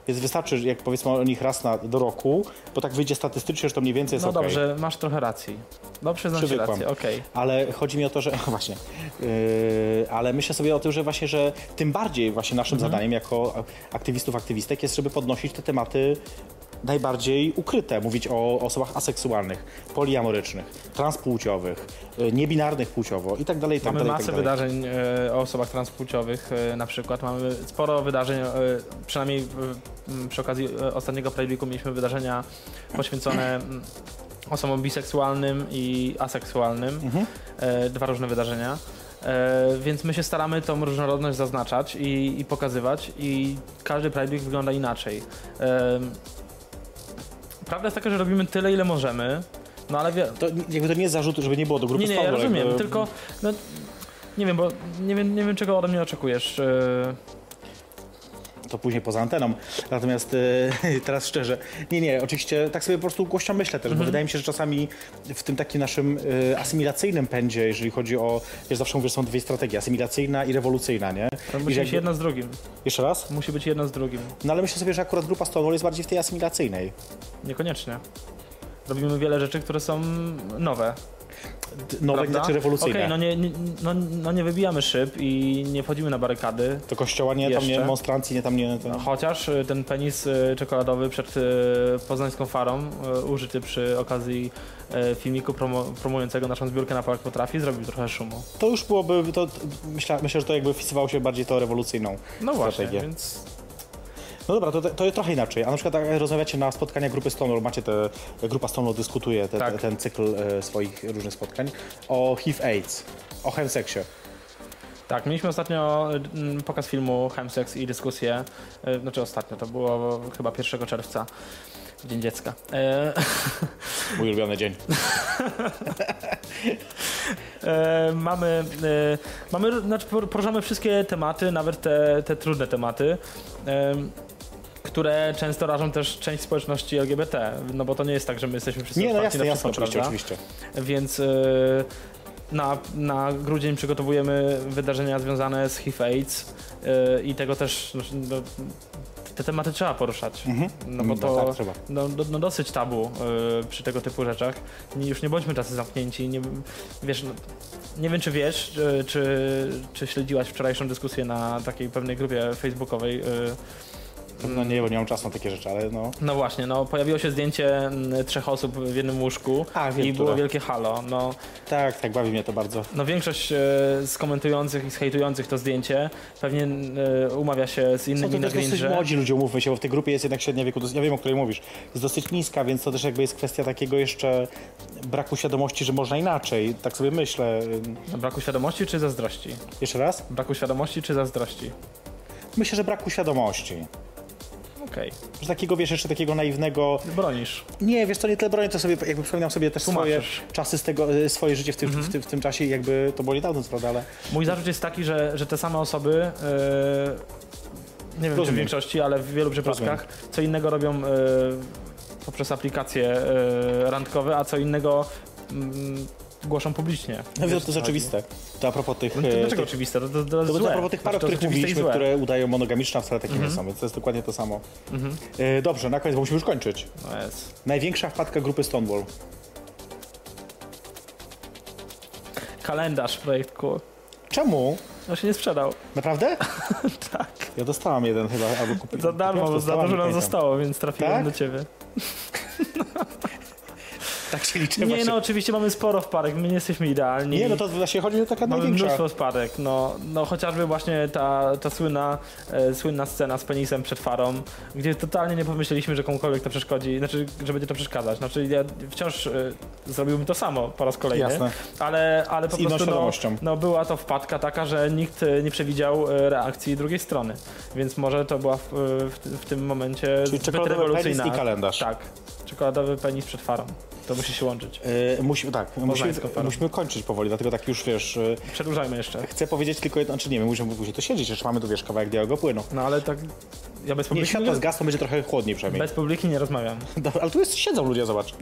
[SPEAKER 3] Więc wystarczy, jak powiedzmy o nich raz na, do roku, bo tak wyjdzie statystycznie, że to mniej więcej jest
[SPEAKER 4] No
[SPEAKER 3] okej.
[SPEAKER 4] dobrze, masz trochę racji. No przyznam ci
[SPEAKER 3] Przywykłam.
[SPEAKER 4] rację, okej.
[SPEAKER 3] Ale chodzi mi o to, że o, właśnie, yy, ale myślę sobie o tym, że właśnie, że tym bardziej właśnie naszym
[SPEAKER 4] Mhm.
[SPEAKER 3] zadaniem jako aktywistów, aktywistek jest, żeby podnosić te tematy najbardziej ukryte, mówić o osobach aseksualnych, poliamorycznych, transpłciowych, yy, niebinarnych płciowo i tak dalej, i tak
[SPEAKER 4] Mamy
[SPEAKER 3] dalej, i
[SPEAKER 4] masę
[SPEAKER 3] tak dalej.
[SPEAKER 4] wydarzeń e, o osobach transpłciowych e, na przykład. Mamy sporo wydarzeń, e, przynajmniej e, m, przy okazji e, ostatniego Playliku mieliśmy wydarzenia poświęcone m, osobom biseksualnym i aseksualnym. E, Dwa różne wydarzenia. E, Więc my się staramy tą różnorodność zaznaczać i, i pokazywać i każdy Playlik wygląda inaczej. E, Prawda jest taka, że robimy tyle, ile możemy, no ale wie,
[SPEAKER 3] To, jakby to nie jest zarzut, żeby nie było do grupy
[SPEAKER 4] nie, nie, ja
[SPEAKER 3] Stonewall,
[SPEAKER 4] rozumiem,
[SPEAKER 3] jakby-
[SPEAKER 4] tylko no, nie wiem, bo nie wiem, nie wiem czego ode mnie oczekujesz. Yy,
[SPEAKER 3] to później poza anteną. Natomiast e, teraz szczerze, nie, nie, oczywiście tak sobie po prostu głośno myślę też,
[SPEAKER 4] Mhm.
[SPEAKER 3] bo wydaje mi się, że czasami w tym takim naszym e, asymilacyjnym pędzie, jeżeli chodzi o, wiesz, zawsze mówię, że są dwie strategie, asymilacyjna i rewolucyjna, nie?
[SPEAKER 4] to
[SPEAKER 3] I
[SPEAKER 4] musi
[SPEAKER 3] że
[SPEAKER 4] być
[SPEAKER 3] jakby-
[SPEAKER 4] jedno z drugim.
[SPEAKER 3] Jeszcze raz?
[SPEAKER 4] Musi być jedno z drugim.
[SPEAKER 3] No ale myślę sobie, że akurat grupa Stonewall jest bardziej w tej asymilacyjnej.
[SPEAKER 4] Niekoniecznie. Robimy wiele rzeczy, które są nowe.
[SPEAKER 3] D- Nowe,
[SPEAKER 4] prawda?
[SPEAKER 3] znaczy rewolucyjne.
[SPEAKER 4] Okej, no, nie, nie, no, no nie wybijamy szyb i nie wchodzimy na barykady.
[SPEAKER 3] To kościoła nie, tam nie
[SPEAKER 4] Jeszcze?
[SPEAKER 3] monstrancji, nie tam nie... no Tam...
[SPEAKER 4] Chociaż y, ten penis y, czekoladowy przed y, poznańską farą, y, użyty przy okazji y, filmiku promo, promującego naszą zbiórkę na Polak Potrafi, zrobił trochę szumu.
[SPEAKER 3] To już byłoby, to, myślę, myślę, że to jakby wpisywało się bardziej to rewolucyjną
[SPEAKER 4] No właśnie,
[SPEAKER 3] strategię.
[SPEAKER 4] więc
[SPEAKER 3] No dobra, to, to trochę inaczej. A na przykład jak rozmawiacie na spotkaniach grupy Stonewall, macie te, grupa Stonewall dyskutuje te,
[SPEAKER 4] Tak.
[SPEAKER 3] te, ten cykl e, swoich różnych spotkań o HIV-AIDS, o chemseksie.
[SPEAKER 4] Tak, mieliśmy ostatnio mm, pokaz filmu Chemsex i dyskusję. e, Znaczy ostatnio, to było chyba 1 czerwca, w Dzień Dziecka. E,
[SPEAKER 3] Mój ulubiony dzień.
[SPEAKER 4] e, mamy, e, mamy, znaczy por- poruszamy wszystkie tematy, nawet te, te trudne tematy, e, które często rażą też część społeczności LGBT, no bo to nie jest tak, że my jesteśmy wszyscy
[SPEAKER 3] Nie, no
[SPEAKER 4] otwarci
[SPEAKER 3] jasne,
[SPEAKER 4] na
[SPEAKER 3] jasne,
[SPEAKER 4] wszystko,
[SPEAKER 3] oczywiście,
[SPEAKER 4] prawda?
[SPEAKER 3] oczywiście.
[SPEAKER 4] więc y, na, na grudzień przygotowujemy wydarzenia związane z HIV-AIDS y, i tego też znaczy, no, te tematy trzeba poruszać, no bo
[SPEAKER 3] No
[SPEAKER 4] to
[SPEAKER 3] tak, trzeba.
[SPEAKER 4] no, do- no dosyć tabu y, przy tego typu rzeczach. Nie, już nie bądźmy tacy zamknięci, nie, wiesz, no, nie wiem czy wiesz, y, e, czy, czy śledziłaś wczorajszą dyskusję na takiej pewnej grupie facebookowej y,
[SPEAKER 3] No nie, bo nie mam czasu na takie rzeczy, ale no.
[SPEAKER 4] No właśnie, no pojawiło się zdjęcie mm, trzech osób w jednym łóżku
[SPEAKER 3] A, wiem,
[SPEAKER 4] i
[SPEAKER 3] które.
[SPEAKER 4] było wielkie halo. No,
[SPEAKER 3] Tak, tak, bawi mnie to bardzo.
[SPEAKER 4] no większość e, z komentujących i z hejtujących to zdjęcie pewnie e, umawia się z
[SPEAKER 3] Są
[SPEAKER 4] innymi
[SPEAKER 3] to
[SPEAKER 4] na
[SPEAKER 3] też dosyć
[SPEAKER 4] Grindrze.
[SPEAKER 3] młodzi ludzie, umówmy się, bo w tej grupie jest jednak średnia wieku, dos- ja wiem o której mówisz, jest dosyć niska, więc to też jakby jest kwestia takiego jeszcze braku świadomości, że można inaczej. Tak sobie myślę.
[SPEAKER 4] Braku świadomości czy zazdrości?
[SPEAKER 3] Jeszcze raz?
[SPEAKER 4] Braku świadomości czy zazdrości?
[SPEAKER 3] Myślę, że braku świadomości.
[SPEAKER 4] Okej,
[SPEAKER 3] Że takiego, wiesz, jeszcze takiego naiwnego,
[SPEAKER 4] bronisz.
[SPEAKER 3] Nie, wiesz co, nie tyle bronię, to sobie jakby przypominam sobie też swoje
[SPEAKER 4] Tłumaczysz. Mhm.
[SPEAKER 3] czasy z tego, e, swoje życie w tym, w, tym, w tym czasie i jakby to było niedawno, co prawda, ale
[SPEAKER 4] Mój zarzut jest taki, że, że te same osoby, e, nie wiem czy w
[SPEAKER 3] Rozumiem.
[SPEAKER 4] większości, ale w wielu przypadkach, co innego robią e, poprzez aplikacje e, randkowe, a co innego mm, głoszą publicznie.
[SPEAKER 3] no, to
[SPEAKER 4] Wiesz, co
[SPEAKER 3] jest
[SPEAKER 4] chodzi?
[SPEAKER 3] oczywiste. To a propos tych...
[SPEAKER 4] No To
[SPEAKER 3] e,
[SPEAKER 4] dlaczego
[SPEAKER 3] tych-
[SPEAKER 4] oczywiste? To, to, to,
[SPEAKER 3] to,
[SPEAKER 4] jest
[SPEAKER 3] to
[SPEAKER 4] złe.
[SPEAKER 3] a propos tych par, o
[SPEAKER 4] To jest
[SPEAKER 3] których
[SPEAKER 4] oczywiste i
[SPEAKER 3] mówiliśmy,
[SPEAKER 4] złe. Mhm.
[SPEAKER 3] które udają monogamiczne, a wcale takie nie są, więc to jest dokładnie to samo. E, dobrze, na koniec, bo musimy już kończyć.
[SPEAKER 4] No jest.
[SPEAKER 3] Największa wpadka grupy Stonewall.
[SPEAKER 4] Kalendarz projektu.
[SPEAKER 3] Czemu?
[SPEAKER 4] No się nie sprzedał.
[SPEAKER 3] Naprawdę?
[SPEAKER 4] tak.
[SPEAKER 3] Ja dostałam jeden chyba, albo kupiłem.
[SPEAKER 4] Za darmo, bo za
[SPEAKER 3] Dostałam,
[SPEAKER 4] dużo
[SPEAKER 3] nie
[SPEAKER 4] nam
[SPEAKER 3] pamiętam.
[SPEAKER 4] zostało, więc trafiłem
[SPEAKER 3] Tak?
[SPEAKER 4] do ciebie.
[SPEAKER 3] Tak się liczy
[SPEAKER 4] Nie
[SPEAKER 3] właśnie.
[SPEAKER 4] no, oczywiście mamy sporo wpadek, my nie jesteśmy idealni.
[SPEAKER 3] Nie, no to właśnie chodzi o taka
[SPEAKER 4] Mamy
[SPEAKER 3] największa.
[SPEAKER 4] mnóstwo spadek, no, no chociażby właśnie ta, ta słynna, e, słynna scena z penisem przed farą, gdzie totalnie nie pomyśleliśmy, że komukolwiek to przeszkodzi, znaczy, że będzie to przeszkadzać. Znaczy ja wciąż e, zrobiłbym to samo po raz kolejny,
[SPEAKER 3] Jasne.
[SPEAKER 4] ale, ale po
[SPEAKER 3] Z inną
[SPEAKER 4] prostu no,
[SPEAKER 3] świadomością.
[SPEAKER 4] no, była to wpadka taka, że nikt e, nie przewidział e, reakcji drugiej strony, więc może to była w, e, w, w tym momencie
[SPEAKER 3] Czyli
[SPEAKER 4] zbyt
[SPEAKER 3] czekoladowy penis
[SPEAKER 4] rewolucyjna.
[SPEAKER 3] i kalendarz.
[SPEAKER 4] Tak, czekoladowy penis przed farą. To musi się łączyć.
[SPEAKER 3] E, musimy, tak, musimy,
[SPEAKER 4] Poznańską parę.
[SPEAKER 3] musimy kończyć powoli, dlatego tak już, wiesz, e,
[SPEAKER 4] Przedłużajmy jeszcze.
[SPEAKER 3] Chcę powiedzieć tylko jedno, znaczy nie, my musimy później to siedzieć, jeszcze mamy tu wiesz kawałek białego płynu.
[SPEAKER 4] No ale tak, ja bez
[SPEAKER 3] Nie,
[SPEAKER 4] publiki
[SPEAKER 3] światła zgasną, będzie trochę chłodniej przynajmniej.
[SPEAKER 4] Bez publiki nie rozmawiam.
[SPEAKER 3] Dobra, ale tu jest, siedzą ludzie, zobacz.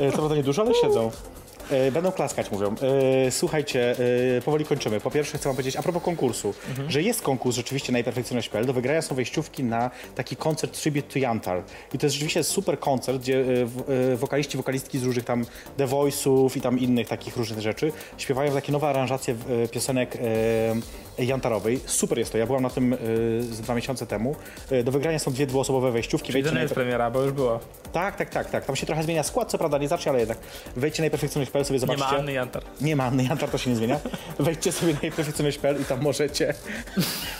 [SPEAKER 3] E, To prawda nie dużo, ale siedzą. E, Będą klaskać, mówią. E, Słuchajcie, e, powoli kończymy. Po pierwsze chcę wam powiedzieć, a propos konkursu,
[SPEAKER 4] Mhm.
[SPEAKER 3] że jest konkurs rzeczywiście na perfekcyjność.pl. Do wygrania są wejściówki na taki koncert Tribute to Yantar. I to jest rzeczywiście super koncert, gdzie e, w- e, wokaliści, wokalistki z różnych tam The Voice'ów i tam innych takich różnych rzeczy śpiewają takie nowe aranżacje e, piosenek e, jantarowej. Super jest to. Ja byłam na tym e, z dwa miesiące temu. E, Do wygrania są dwie dwuosobowe wejściówki.
[SPEAKER 4] Czyli
[SPEAKER 3] Wejdźcie
[SPEAKER 4] to nie
[SPEAKER 3] na
[SPEAKER 4] jest premiera, bo już było.
[SPEAKER 3] tak, tak, tak, tak. Tam się trochę zmienia skład, co prawda nie zacznie, ale jednak. Wejdźcie na najperfekcyjność.pl sobie
[SPEAKER 4] Nie
[SPEAKER 3] zobaczcie.
[SPEAKER 4] ma Anny Jantar.
[SPEAKER 3] Nie ma Anny Jantar, to się nie zmienia. Wejdźcie sobie na najperfekcyjność.pl i tam możecie...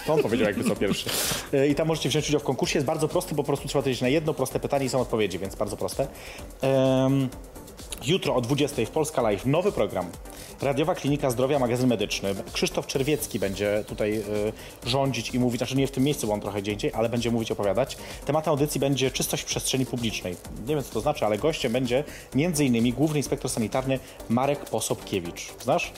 [SPEAKER 3] To on powiedział jakby co pierwszy. E, I tam możecie wziąć udział w konkursie. Jest bardzo prosty, bo po prostu trzeba odpowiedzieć na jedno proste pytanie i są odpowiedzi, więc bardzo proste. Em, Jutro o 20 w Polska Live nowy program. Radiowa Klinika Zdrowia, magazyn medyczny. Krzysztof Czerwiecki będzie tutaj y, rządzić i mówić, znaczy nie w tym miejscu, bo on trochę gdzie indziej, ale będzie mówić, opowiadać. Tematem audycji będzie czystość w przestrzeni publicznej. Nie wiem, co to znaczy, ale gościem będzie m.in. główny inspektor sanitarny Marek Posobkiewicz. Znasz?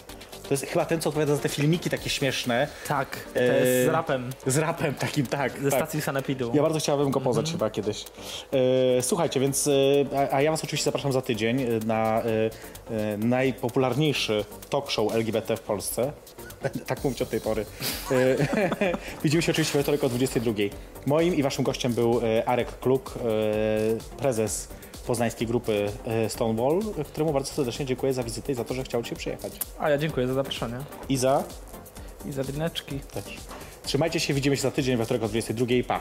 [SPEAKER 3] To jest chyba ten, co odpowiada za te filmiki takie śmieszne.
[SPEAKER 4] Tak, to
[SPEAKER 3] E,
[SPEAKER 4] jest z rapem
[SPEAKER 3] Z rapem takim, tak.
[SPEAKER 4] ze
[SPEAKER 3] tak.
[SPEAKER 4] stacji Mhm. Sanepidu.
[SPEAKER 3] Ja bardzo chciałabym go poznać chyba kiedyś. E, słuchajcie, więc e, a, a ja was oczywiście zapraszam za tydzień e, na e, e, najpopularniejszy talk show LGBT w Polsce. Będę tak mówić od tej pory. E, widzimy się oczywiście we wtorek o 22. Moim i waszym gościem był e, Arek Kluk, e, prezes poznańskiej grupy e, Stonewall, któremu bardzo serdecznie dziękuję za wizytę i za to, że chciał się przyjechać.
[SPEAKER 4] A ja dziękuję za zaproszenie.
[SPEAKER 3] I za
[SPEAKER 4] I za drineczki.
[SPEAKER 3] też. Trzymajcie się, widzimy się za tydzień we wtorek o 22. Pa!